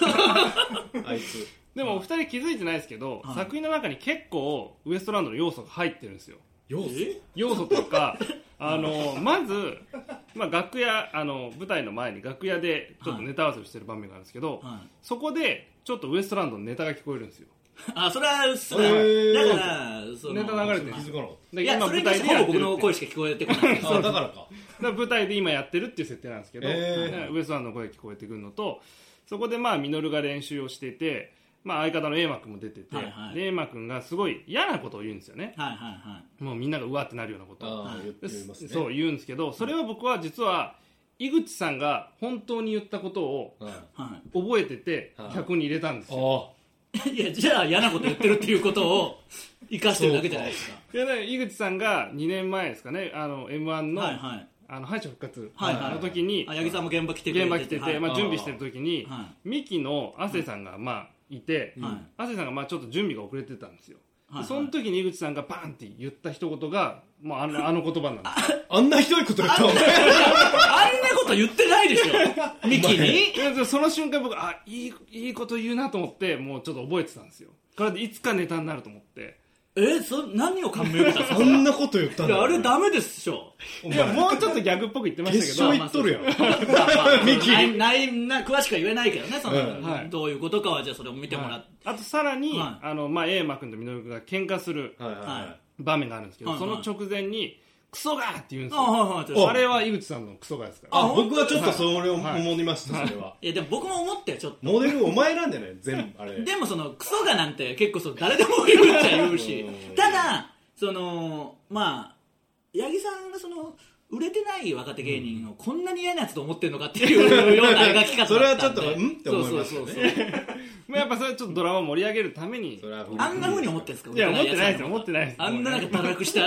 Speaker 3: あいつ
Speaker 4: でもお二人気づいてないですけど、
Speaker 2: はい
Speaker 4: 作品の中に結構ウエストランドの要素が入ってるんですよ
Speaker 3: よう
Speaker 2: え
Speaker 4: 要素という かあのまず、まあ、楽屋あの舞台の前に楽屋でちょっとネタ合わせをしてる場面があるんですけど、
Speaker 2: はい
Speaker 4: そこでちょっとウエストランドのネタが聞こえるんですよ
Speaker 2: あそれはうっすら、
Speaker 3: へー
Speaker 2: だから、その
Speaker 4: ネタ流れて
Speaker 3: 気
Speaker 4: る
Speaker 3: づかなかっ
Speaker 4: で
Speaker 2: いや、
Speaker 4: 今
Speaker 2: それに
Speaker 4: 舞
Speaker 2: 関
Speaker 4: 台
Speaker 2: し
Speaker 4: で
Speaker 2: て
Speaker 4: や
Speaker 2: ほ
Speaker 4: っ
Speaker 2: ぼ僕の
Speaker 4: てるっていう
Speaker 2: 声しか聞こえてこない
Speaker 3: たあだからか
Speaker 4: だから舞台で今やってるっていう設定なんですけど、
Speaker 3: えー
Speaker 4: ねウエストランドの声が聞こえてくるのとそこでまあミノルが練習をしてて、まあ、相方のエーマ君も出てて、
Speaker 2: はいはい
Speaker 4: でエーマ君がすごい嫌なことを言うんですよね
Speaker 2: はいはいはい
Speaker 4: もうみんながうわってなるようなことを
Speaker 3: ああ言って
Speaker 4: で
Speaker 3: みますね
Speaker 4: そう言うんですけどそれは僕は実は井口さんが本当に言ったことを
Speaker 3: はい
Speaker 2: はい
Speaker 4: 覚えてて
Speaker 3: はい
Speaker 4: 脚本に入れたんですよ
Speaker 3: あ
Speaker 2: いや、じゃあ嫌なこと言ってるっていうことを生かしてるだけじゃないですか。
Speaker 4: でね井口さんが2年前ですかねあの m 1の,、
Speaker 2: はいはい。
Speaker 4: あの敗者復活
Speaker 2: はいはい
Speaker 4: の時に
Speaker 2: あ、八木さんも現場来てくれて
Speaker 4: 現場来てて、
Speaker 2: はい
Speaker 4: まあ、準備してる時に、
Speaker 2: は
Speaker 4: ミキの亜生さんがまあいて、
Speaker 2: はい
Speaker 4: 亜生さんがまあちょっと準備が遅れてたんですよ、
Speaker 2: はいはい
Speaker 4: その時に井口さんがバーンって言った一言がもう あのあの言葉なんです
Speaker 3: あんなひどいこと言ったお前
Speaker 2: あんなこと言ってないでしょ、ミキに。
Speaker 4: いやでもその瞬間僕あいいいいこと言うなと思ってもうちょっと覚えてたんですよこれでいつかネタになると思って
Speaker 2: え、そ何を感銘受けたんです
Speaker 3: あんなこと言った
Speaker 2: か
Speaker 3: ん
Speaker 2: い
Speaker 3: だ
Speaker 2: や、あれダメでしょ。
Speaker 3: お
Speaker 4: いや
Speaker 3: 前
Speaker 4: もうちょっとギャグっぽく言ってました
Speaker 3: 決
Speaker 4: けど
Speaker 3: 勝行っとるやん
Speaker 2: まあまあ
Speaker 3: ミキ
Speaker 2: ないないな、詳しくは言えないけどね、その、
Speaker 3: うん
Speaker 4: はい
Speaker 2: どういうことかは、じゃあそれを見てもらって。
Speaker 4: あとさらに、
Speaker 2: は
Speaker 4: あのまあ、エーマ君とミノル君が喧嘩する
Speaker 3: はいはい
Speaker 2: はい
Speaker 4: 場面があるんですけど、
Speaker 2: はい
Speaker 4: その直前に「クソが!」って言うんです
Speaker 2: あ、
Speaker 4: よ
Speaker 2: はいはい、
Speaker 4: あれは井口さんのクソがですから
Speaker 2: あ
Speaker 3: あ僕はちょっとそれを思いましたそれはい
Speaker 2: や、でも僕も思ったよ、ちょっと。
Speaker 3: モデルお前なんじゃない全部あれ
Speaker 2: でもそのクソがなんて結構そう誰でも言うっちゃ言うし
Speaker 3: うん
Speaker 2: ただそのまあ八木さんがその売れてない若手芸人をこんなに嫌なやつと思ってるのかっていうような描き方だったんで
Speaker 3: それはちょっとうんって思いましたね
Speaker 2: そうそうそうそう
Speaker 4: まあやっぱそれはちょっとドラマを盛り上げるために
Speaker 3: それは
Speaker 2: あんな風に思ってるんですか
Speaker 4: いや思ってないですよ
Speaker 2: 売
Speaker 4: 思ってないで
Speaker 2: れ
Speaker 4: す
Speaker 2: ないやつらのことあんななんか堕落した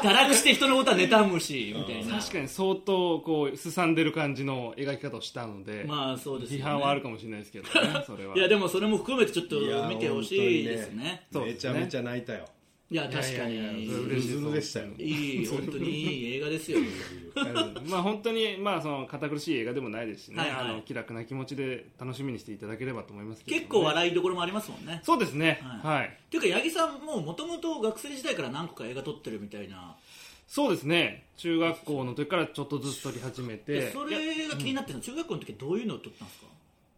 Speaker 2: 堕落して人のことは妬むしみたいな
Speaker 4: 確かに相当こうすさんでる感じの描き方をしたので、
Speaker 2: まあそうですよ
Speaker 4: 批
Speaker 2: ね
Speaker 4: 判はあるかもしれないですけどねそれはい
Speaker 2: やでもそれも含めてちょっと
Speaker 3: いや
Speaker 2: 見てほしいですね
Speaker 4: そう
Speaker 3: め
Speaker 4: です
Speaker 3: ち
Speaker 4: ね
Speaker 3: ゃめちゃ泣いたよ
Speaker 2: いや確かに
Speaker 4: いやいやいやそれ
Speaker 3: う
Speaker 4: 嬉し
Speaker 3: ず
Speaker 4: いです
Speaker 3: うずでしたよ
Speaker 2: いい本当にいい映画ですよ
Speaker 4: まあ本当にまあその堅苦しい映画でもないですしね、
Speaker 2: はいはい
Speaker 4: あの気楽な気持ちで楽しみにしていただければと思いますけど、ね、
Speaker 2: 結構笑いどころもありますもんね
Speaker 4: そうですね
Speaker 2: は
Speaker 4: はい、
Speaker 2: ていうか八木さんももともと学生時代から何個か映画撮ってるみたいな
Speaker 4: そうですね中学校の時からちょっとずつ撮り始めて
Speaker 2: そ
Speaker 4: いや
Speaker 2: れが気になってるの中学校の時どういうのを撮ったんですか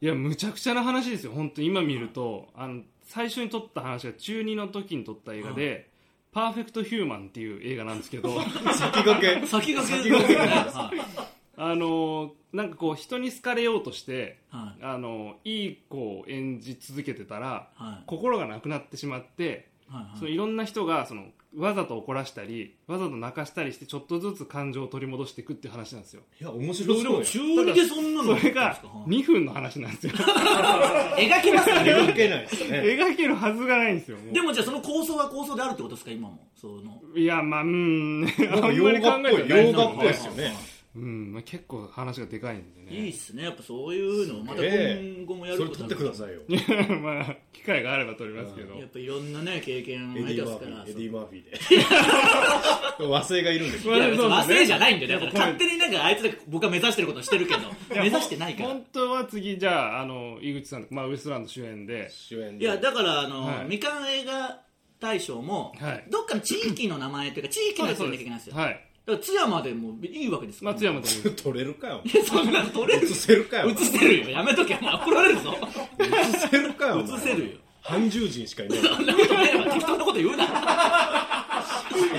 Speaker 4: いやむちゃくちゃな話ですよ本当に今見るとあの最初に撮った話が中2の時に撮った映画で、パーフェクトヒューマンっていう映画なんですけど
Speaker 3: 先駆け
Speaker 2: 先駆けですよねはい
Speaker 4: あのなんかこう人に好かれようとして
Speaker 2: はい
Speaker 4: あのいい子を演じ続けてたら
Speaker 2: はい
Speaker 4: 心がなくなってしまって
Speaker 2: はい
Speaker 4: その
Speaker 2: はい
Speaker 4: いろんな人がそのわざと怒らしたりわざと泣かしたりしてちょっとずつ感情を取り戻していくっていう話なんですよ
Speaker 3: いや面白
Speaker 2: で
Speaker 3: そう
Speaker 2: も
Speaker 3: や
Speaker 2: 中二でそんなの
Speaker 4: そ
Speaker 2: やってたんで
Speaker 4: れが
Speaker 2: すかはい
Speaker 4: 2分の話なんですよ
Speaker 2: 描けますね
Speaker 3: 描けないですね
Speaker 4: 描けるはずがないんですよもう
Speaker 2: でもじゃあその構想は構想であるってことですか今もその
Speaker 4: いやまあうんあんま
Speaker 3: なんか
Speaker 4: り考
Speaker 3: 洋画っぽ
Speaker 4: え
Speaker 3: い
Speaker 4: てない
Speaker 3: 洋画っぽいですよね
Speaker 4: うんまあ、結構話がでかいんでね
Speaker 2: いいっすねやっぱそういうのをまた
Speaker 3: すげえ
Speaker 2: 今後もやる
Speaker 3: それ
Speaker 2: こと
Speaker 3: 取
Speaker 2: あ
Speaker 3: って
Speaker 2: る
Speaker 3: くださいよエ
Speaker 4: まあ機会があれば撮りますけど、
Speaker 2: やっぱいろんなね経験を
Speaker 3: デ
Speaker 2: 得て
Speaker 3: ィ・
Speaker 2: ます
Speaker 3: マーフ
Speaker 2: か
Speaker 3: ィ
Speaker 2: ら
Speaker 3: ーエデ
Speaker 2: い
Speaker 3: ィ・マー フィーで和製がいるんですよ
Speaker 2: や別に和製じゃないんだ
Speaker 4: や
Speaker 2: よ
Speaker 4: っ
Speaker 2: だ
Speaker 4: ぱ
Speaker 2: か
Speaker 4: こ
Speaker 2: ら
Speaker 4: れ
Speaker 2: 勝手になんかあいつら僕は目指してることしてるけど
Speaker 4: いや
Speaker 2: 目指してないから
Speaker 4: 本当は次じゃああの井口さん、まあ、ウエストランド主演で
Speaker 3: 主演
Speaker 2: い
Speaker 3: で
Speaker 2: やだからあの、
Speaker 4: はい
Speaker 2: みかん映画大賞も、
Speaker 4: はい
Speaker 2: どっかの地域の名前というか地域のやつを入れなきゃいけないんですよ、
Speaker 4: はい
Speaker 2: だから津山でもいいわけですから、
Speaker 4: 松山でもいい
Speaker 3: 取れるかよ
Speaker 2: そんなの取れる
Speaker 3: 映せるかよ
Speaker 2: 映せるよやめとけもう怒られるぞ
Speaker 3: 映せるかよ
Speaker 2: 映せるよ
Speaker 3: 半獣人しかいない
Speaker 2: そんなことないわ適当なこと言 うな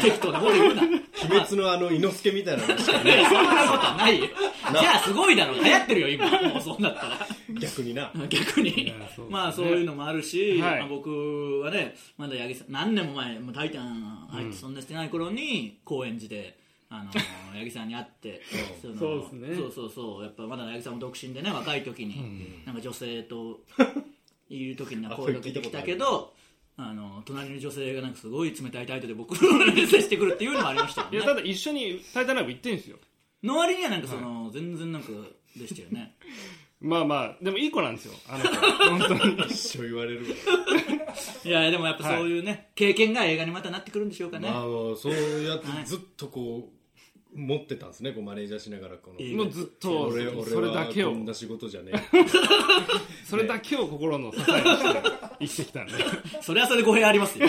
Speaker 2: 適当なこと言うな
Speaker 3: 鬼滅のあの猪之助みたいなのしか
Speaker 2: ねえそんなことはないよじゃあすごいだろ流行ってるよ今もうそうなったら
Speaker 3: 逆にな
Speaker 2: 逆に、
Speaker 4: やそうですね
Speaker 2: まあそういうのもあるし、
Speaker 4: はい
Speaker 2: まあ僕はねまだ八木さん何年も前もう「タイタン」入ってそんなしてない頃に高円寺で。あの 八木さんに会ってその
Speaker 4: そうですね
Speaker 2: そうそうそうやっぱまだ八木さんも独身でね若い時に、なんか女性 といる時になんか声かけてきたけどあの隣の女性がなんかすごい冷たい態度で僕に接してくるっていうのもありましたもん
Speaker 4: い
Speaker 2: ね
Speaker 4: やただ一緒に「タイタンライブ」行ってんですよ
Speaker 2: の割にはなんかその、全然なんかでしたよね
Speaker 4: まあまあでもいい子なん ですよあの子本当に
Speaker 3: 一緒言われる
Speaker 2: いやでもやっぱそういうね、経験が映画にまたなってくるんでしょうか
Speaker 3: わ、
Speaker 2: ね、
Speaker 3: まあ、もうそういうや
Speaker 2: はい
Speaker 3: つずっとこう持ってたんですねこうマネージャーしながらこの
Speaker 2: いい
Speaker 4: もうずっと
Speaker 3: 俺俺
Speaker 4: それ
Speaker 3: は
Speaker 4: だけ
Speaker 3: こ
Speaker 4: を
Speaker 3: んな仕事じゃね
Speaker 4: それだけを心の支えにして生きてきたんで
Speaker 2: それはそれで語弊あり ますよ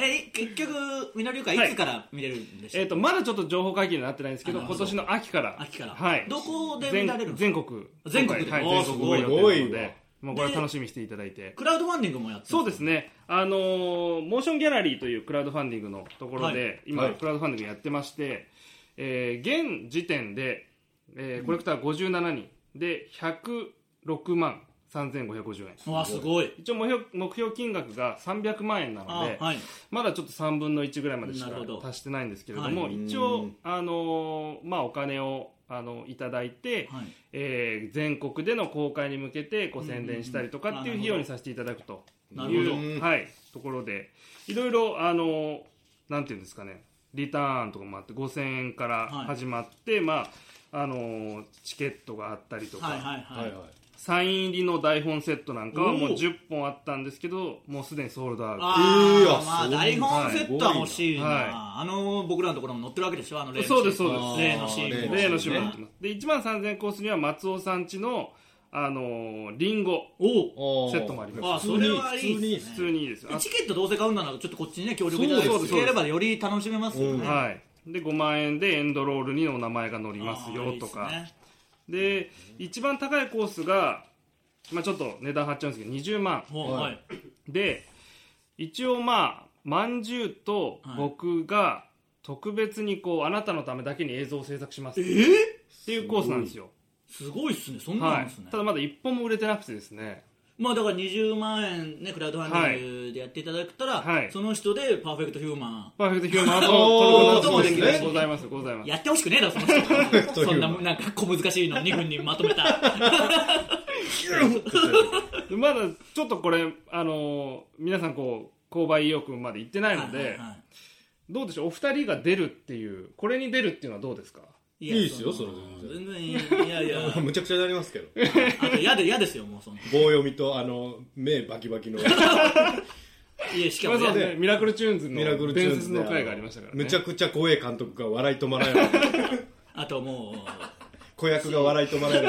Speaker 2: えい結局みのりゅうかいつから見れるんでした
Speaker 4: え
Speaker 2: っ
Speaker 4: っ
Speaker 2: け
Speaker 4: とまだちょっと情報解禁になってないんですけど
Speaker 2: あなる
Speaker 4: 今
Speaker 2: ほど
Speaker 4: 年の秋から
Speaker 2: 秋から
Speaker 4: はい
Speaker 2: どこで見
Speaker 4: 全
Speaker 2: られるんですか
Speaker 4: 全国
Speaker 2: 全国で
Speaker 4: はい
Speaker 2: おー
Speaker 4: 全国
Speaker 3: す
Speaker 4: ご
Speaker 3: ごい
Speaker 4: 予定な
Speaker 3: す
Speaker 4: の
Speaker 3: ごいわ
Speaker 4: でもうこれは楽しみにしていただいて
Speaker 2: クラウドファンディングもやって
Speaker 4: そうです
Speaker 2: ね
Speaker 4: ね、あのーモーションギャラリーというクラウドファンディングのところで、
Speaker 2: はい
Speaker 4: 今、
Speaker 3: はい
Speaker 4: クラウドファンディングやってまして、えー現時点で、えーコレクター57人で106万3550円
Speaker 2: わあすごい
Speaker 4: 一応目標目標金額が300万円な
Speaker 2: あ
Speaker 4: ので、
Speaker 2: はい
Speaker 4: まだちょっと3分の1ぐらいまでし
Speaker 2: な
Speaker 4: か
Speaker 2: るほど
Speaker 4: 達してないんですけれども、
Speaker 2: はい
Speaker 4: 一
Speaker 3: う
Speaker 4: 応
Speaker 3: ん、
Speaker 4: あのーまあ、お金を、あのいただいて、
Speaker 2: はい
Speaker 4: えー全国での公開に向けてこう宣伝したりと
Speaker 2: うんうん
Speaker 4: か
Speaker 2: うん
Speaker 4: っていう費用にさせていただくと
Speaker 2: ないるほ
Speaker 4: う、はい、ところでいろいろあのなんていうんですかねリターンとかもあって5000円から
Speaker 2: はい
Speaker 4: 始まって、まああのチケットがあったりとか、
Speaker 2: はいはい
Speaker 3: は
Speaker 2: はいい
Speaker 3: はい
Speaker 4: サイン入りの台本セットなんかはもう
Speaker 2: おお
Speaker 4: 10本あったんですけどもうすでにソールドアウト
Speaker 2: あ
Speaker 3: え
Speaker 2: ー
Speaker 3: ーあ
Speaker 2: まあ
Speaker 3: そう
Speaker 2: 台本セットは欲しいな、
Speaker 4: はい
Speaker 2: あの僕らのところも載ってるわけでしょあの例の
Speaker 4: そうですそうです
Speaker 2: 例のシーンも
Speaker 3: あー例
Speaker 4: 例の種類
Speaker 3: の
Speaker 4: に
Speaker 3: ね
Speaker 4: なってますで1万3000コースには松尾さんちのあのリンゴ
Speaker 2: お
Speaker 3: セ
Speaker 4: セットもあります
Speaker 2: あーそれはいいっすね
Speaker 4: 普通にいいですよあ
Speaker 2: チケットどうせ買うんならちょっとこっちにね協力いただ
Speaker 4: そうですそう
Speaker 2: け
Speaker 4: で
Speaker 2: れ
Speaker 4: す
Speaker 2: ばより楽しめますよね、
Speaker 3: うん
Speaker 2: あ
Speaker 4: はい、で5万円でエンドロールにお名前が載り
Speaker 2: ー
Speaker 4: ますよとか
Speaker 2: いいっすね
Speaker 4: で,、一番高いコースが、まあ、ちょっと値段張っちゃうんですけど20万
Speaker 2: おーはい
Speaker 4: で一応まあまんじゅうと僕が特別にこうあなたのためだけに映像を制作しますっていうコースなんですよ
Speaker 2: すごいっすねそんな
Speaker 4: は
Speaker 2: んですね、
Speaker 4: い、ただまだ一本も売れてなくてですね
Speaker 2: まあだから20万円ねクラウドファンディングでやっていただけたら、
Speaker 4: はい
Speaker 2: その人でパーフェクトヒューマ
Speaker 4: パーフェクトヒュー マンを
Speaker 3: おー
Speaker 4: 撮ることもできる
Speaker 2: そうですね
Speaker 4: ございますございま
Speaker 2: ン
Speaker 4: す
Speaker 2: やってほしくねえだろその人
Speaker 3: トヒ
Speaker 2: そ
Speaker 3: ュ
Speaker 2: ん
Speaker 3: ー
Speaker 2: な
Speaker 3: マン
Speaker 2: なんか小難しいの2分にまとめた
Speaker 4: でまだちょっとこれあのー皆さんこう購買意欲まで行ってないので、
Speaker 2: はいはいは
Speaker 4: どうでしょうお二人が出るっていうこれに出るっていうのはどうですか
Speaker 2: い
Speaker 3: いいですよ
Speaker 2: その
Speaker 3: それ
Speaker 2: 全然いいいやいや
Speaker 3: むちゃくちゃになりますけど
Speaker 2: あと嫌で嫌ですよもうその
Speaker 3: 棒読みとあの目バキバキの
Speaker 2: い やしか
Speaker 4: ま
Speaker 2: も
Speaker 4: あそう
Speaker 2: 嫌で
Speaker 4: ねミラクルチューンズの
Speaker 3: ミラクルチュー
Speaker 4: 伝
Speaker 3: ンズ
Speaker 4: 説
Speaker 3: で
Speaker 4: の回がありましたからね
Speaker 3: むちゃくちゃ怖い監督が笑い止まら ない
Speaker 2: あともう
Speaker 3: 子役が笑い止まらな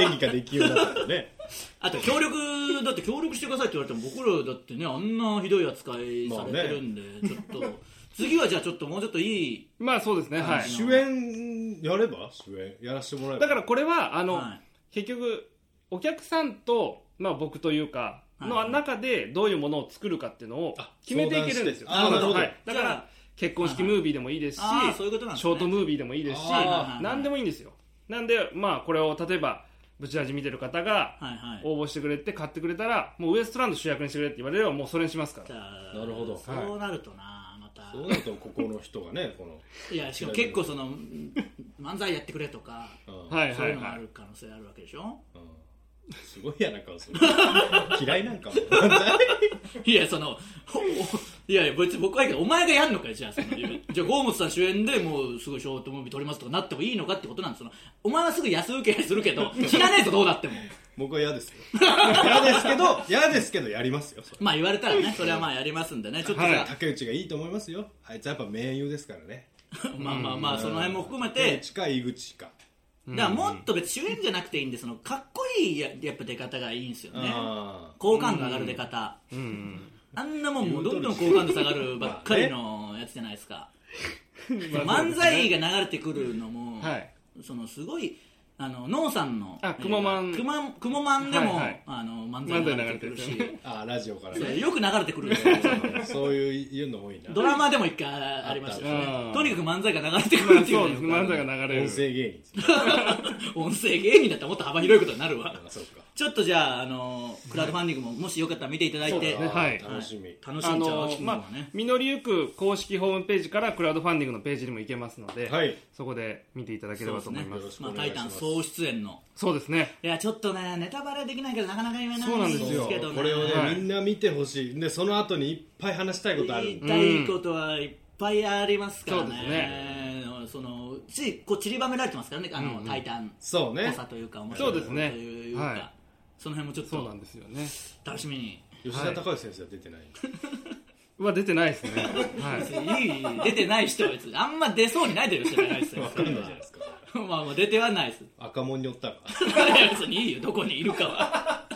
Speaker 3: い演技ができるようになったからね
Speaker 2: あと協力だって協力してくださいって言われても僕らだってねあんなひどい扱いされてるんで、ちょっと次はじゃあちょっともうちょっといい
Speaker 4: まあそうですねは
Speaker 2: はい
Speaker 3: 主演やれば主演やらせてもらえば
Speaker 4: だからこれはあの、
Speaker 2: は
Speaker 4: 結局お客さんと、まあ、僕というか
Speaker 2: は
Speaker 4: の
Speaker 2: い
Speaker 4: 中でどういうものを作るかっていうのを決めていけるんですよ、
Speaker 3: 相談してあーなるほど
Speaker 4: はい、だか
Speaker 2: じゃあ
Speaker 4: ら結婚式ムービーでもいいですし、
Speaker 2: ああそういうことなんです
Speaker 4: シ
Speaker 2: ね
Speaker 4: ョートムービーでもいいです
Speaker 2: は
Speaker 4: し、
Speaker 2: いはいはい
Speaker 4: 何でもいいんですよなんでまあこれを例えばブチラジ見てる方が
Speaker 2: はいはい
Speaker 4: 応募してくれて買ってくれたらもうウエストランド主役にしてくれって言われればもうそれにしますから
Speaker 2: じゃあ
Speaker 3: なるほど
Speaker 2: そうなるとなまた
Speaker 3: そうなるとここの人がねこの
Speaker 2: いやしかも結構その うん漫才やってくれとか
Speaker 3: うん
Speaker 4: はい
Speaker 2: そう
Speaker 4: はいいう
Speaker 2: のがあ
Speaker 4: はい
Speaker 2: る可能性あるわけでしょ
Speaker 3: うんすごい嫌な顔する嫌いなんかも
Speaker 2: いやそのほいやいや別に僕はいいけどお前がやんのかよじゃあそのじゃあゴームスさん主演でもうすごいショートムービー撮りますとかなってもいいのかってことなんですそのお前はすぐ安請け合いするけど知らねえぞどうなっても
Speaker 3: 僕は嫌ですよ嫌ですけど嫌ですけどやりますよそれ
Speaker 2: まあ言われたらねそれはまあやりますんでねちょっとじゃあ
Speaker 3: 竹内がいいと思いますよあいつはやっぱ名優ですからね
Speaker 2: まあまあまあその辺も含め
Speaker 3: 竹
Speaker 2: て
Speaker 3: 内か井口か
Speaker 2: だからもっと別に主演じゃなくていいんでそのかっこいいややっぱ出方がいいんですよね
Speaker 3: ああ
Speaker 2: 好感度上がる出方
Speaker 4: うん
Speaker 2: あんなもんもうどんどん好感度下がるばっかりのやつじゃないですか 漫才が流れてくるのも、
Speaker 4: はい
Speaker 2: そのすごいあのノーさんの
Speaker 4: あくもまん
Speaker 2: くまくもまんでも、
Speaker 4: はいはい
Speaker 2: あの漫才流れてくるし
Speaker 4: 漫才流れてる
Speaker 3: ああラジオから
Speaker 2: そ
Speaker 3: ね
Speaker 2: うよく流れてくるんですよ
Speaker 3: そういう言うの多いな
Speaker 2: ドラマでも一回ありましたよ
Speaker 4: あ
Speaker 2: ね
Speaker 4: った
Speaker 2: とにかく漫才が流れてく
Speaker 4: ま
Speaker 2: る
Speaker 4: あ
Speaker 2: っていう,、
Speaker 4: そうです漫才が流れ
Speaker 3: 音
Speaker 4: る
Speaker 3: 声芸人
Speaker 2: 音声芸人だったらもっと幅広いことになるわ
Speaker 3: あそうか
Speaker 2: ちょっとじゃああのクラウドファンディングももしよかったら見ていただいて、
Speaker 4: そうだねはい
Speaker 3: 楽しみ
Speaker 2: 楽し
Speaker 4: あ
Speaker 2: んじゃう
Speaker 4: の
Speaker 2: 秋君は
Speaker 4: まあ
Speaker 2: ね、
Speaker 4: 実りゆく公式ホームページからクラウドファンディングのページにも行けますので、
Speaker 3: はい
Speaker 4: そこで見ていただければと
Speaker 2: そう
Speaker 4: 思
Speaker 2: で
Speaker 4: い
Speaker 2: す
Speaker 4: ま
Speaker 2: ね
Speaker 4: す
Speaker 3: す
Speaker 2: まあ、タイタン総出演の
Speaker 4: そうですね
Speaker 2: いやちょっとねネタバレできないけどなかなか言えない
Speaker 4: そうなんですよ
Speaker 2: けどね
Speaker 3: これをね、
Speaker 4: はい
Speaker 3: みんな見てほしいでその後にいっぱい話したいことある
Speaker 2: 言い
Speaker 3: んで
Speaker 2: たいことはいっぱいありますからね,、
Speaker 4: そうです
Speaker 2: そのちこう散りばめられてますからねあの、タイタンっ
Speaker 3: そう
Speaker 2: ぽ
Speaker 3: ね
Speaker 2: さというか面白いと
Speaker 4: そうですね
Speaker 2: いうか、
Speaker 4: はい
Speaker 2: その辺もちょっ
Speaker 4: そうな
Speaker 2: と
Speaker 4: んですよね
Speaker 2: 楽しみに
Speaker 3: 吉田隆之先生は出てない、
Speaker 4: うわ出てないですねはい
Speaker 2: 別にいい出てない人は別にあんま出そうにないでる人じゃないですよ
Speaker 3: わかんないじゃないですか
Speaker 2: まあまあ出てはないです
Speaker 3: 赤門におったか
Speaker 2: いや別にいいよどこにいるかは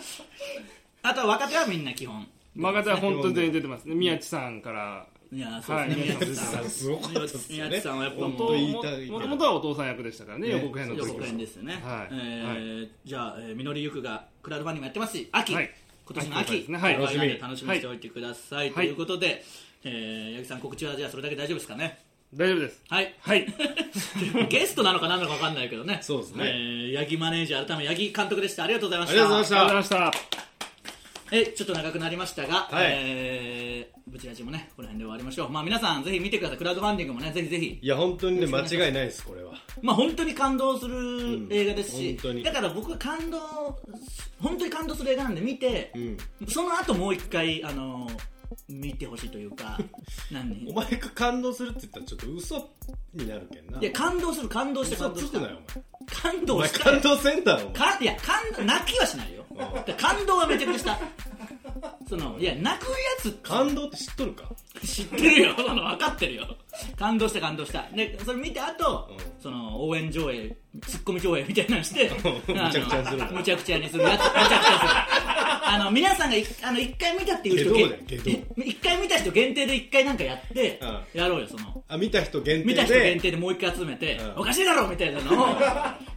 Speaker 2: あとは若手はみんな基本
Speaker 4: マガは本当に全員出てますね宮地さんから
Speaker 2: いやそうですね、
Speaker 4: はい
Speaker 2: 宮地さん
Speaker 3: すごかったですよ
Speaker 2: 宮
Speaker 3: ね
Speaker 2: 地さんはやっぱもう
Speaker 3: 本当言いたい
Speaker 4: もともとはお父さん役でしたからね
Speaker 3: ね
Speaker 4: 予告編の
Speaker 2: 予
Speaker 4: 時
Speaker 2: 告編ですよね、
Speaker 4: はい
Speaker 2: えーじゃあ、えー、実りゆくがクラウドファンディングもやってますし秋、
Speaker 4: はい
Speaker 2: 今年の
Speaker 4: 秋
Speaker 2: 秋、
Speaker 4: ですねはい
Speaker 2: 楽しみに
Speaker 3: 楽
Speaker 2: 楽しみにしておいてください、
Speaker 4: い
Speaker 2: ということで、えー、八木さん告知はじゃあそれだけで大丈夫ですかね
Speaker 4: 大丈夫です
Speaker 2: はい
Speaker 4: はい
Speaker 2: ゲストなのか何なのか分かんないけどね
Speaker 3: そうですね
Speaker 2: えー、八木マネージャー改め八木監督でしたありがとうございました
Speaker 3: ありがとうございまし
Speaker 4: ありがとうございました
Speaker 2: えちょっと長くなりましたが、
Speaker 3: はい
Speaker 2: えー、ブチラジもねこの辺で終わりましょうまあ皆さんぜひ見てくださいクラウドファンディングもねぜひぜひ
Speaker 3: いや本当にね間違いないですこれは
Speaker 2: まあ本当に感動する映画です
Speaker 3: うん
Speaker 2: し
Speaker 3: 本、当に
Speaker 2: だから僕は感動本当に感動する映画なんで見て、
Speaker 3: ん
Speaker 2: その後もう一回あの見てほしいという か何
Speaker 3: お前が感動するって言ったらちょっと嘘になるけんない
Speaker 2: や感動する感動して
Speaker 3: 嘘
Speaker 2: 感動
Speaker 3: つ
Speaker 2: し
Speaker 3: く
Speaker 2: た
Speaker 3: なよ
Speaker 2: 感
Speaker 3: お
Speaker 2: 動
Speaker 3: 前
Speaker 2: し
Speaker 3: お
Speaker 2: た
Speaker 3: 前感動せんだろお前
Speaker 2: かいや感動泣きはしないよ感動はめちゃくちゃしたそのいや泣くやつ
Speaker 3: 感動って知っとるか
Speaker 2: 知ってるよ、その分かってるよ。感動した、感動した。で、それ見た後、
Speaker 3: うん
Speaker 2: その応援上映、ツッコミ上映みたいなのして、
Speaker 3: うん
Speaker 2: あの
Speaker 3: むちゃくちゃにするんだ
Speaker 2: むちゃくちゃにするやつ、むちゃくちゃにする。あの、皆さんがいあの一回見たっていう人、
Speaker 3: 下道だよ下
Speaker 2: げ一回見た人限定で一回なんかやって、
Speaker 3: う
Speaker 2: やろうよ、その。
Speaker 3: あ見た人限定で
Speaker 2: 見た人限定でもう一回集めて、
Speaker 3: うん
Speaker 2: おかしいだろみたいなのを、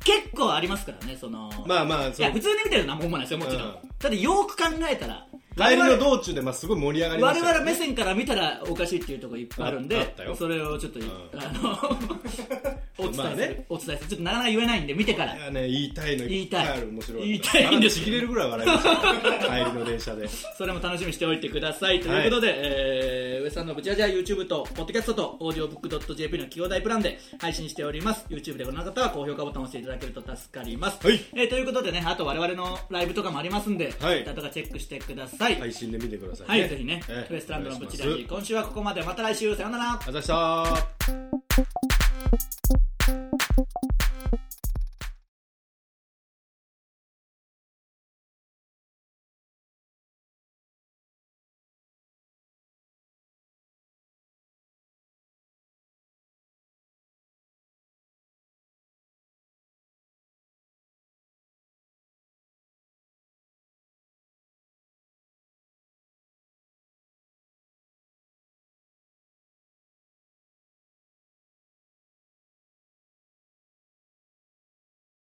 Speaker 2: 結構ありますからね、その。
Speaker 3: まあまあ
Speaker 2: い
Speaker 3: そ
Speaker 2: や、
Speaker 3: の
Speaker 2: 普通に見てるのは何も思わないですよ、もちろん。
Speaker 3: うん
Speaker 2: ただ、よく考えたら、
Speaker 3: 帰りの道中でまあすごい盛り上がりま
Speaker 2: 我
Speaker 3: したよ
Speaker 2: 々目線から見たらおかしいっていうところいっぱいあるん
Speaker 3: ああ
Speaker 2: で
Speaker 3: ったよ
Speaker 2: それをちょっと、
Speaker 3: ん
Speaker 2: あの お伝えする、
Speaker 3: まあね
Speaker 2: お伝えするちょっとなかなか言えないんで見てから
Speaker 3: いやね言いたいのいっぱいある面白い
Speaker 2: 言いたい言いたいんです
Speaker 3: ちぎれるぐらい笑い ましたよ帰りの電車で
Speaker 2: それも楽しみにしておいてくださいということで、えーウエストランドのブチアジア YouTube とポッドキャストとオーディオブック .jp の企業大プランで配信しております YouTube でご覧の方は高評価ボタンを押していただけると助かります、
Speaker 3: はい
Speaker 2: えーということでねあと我々のライブとかもありますんで、
Speaker 3: はい
Speaker 2: 歌とかチェックしてください、
Speaker 3: 配信で見てください
Speaker 2: はいぜひね、
Speaker 3: ええ
Speaker 2: ウエストランドのブチラ
Speaker 3: お
Speaker 2: ジ
Speaker 3: 願いしま
Speaker 2: 今週はここまでまた来週さようなら
Speaker 3: すあざした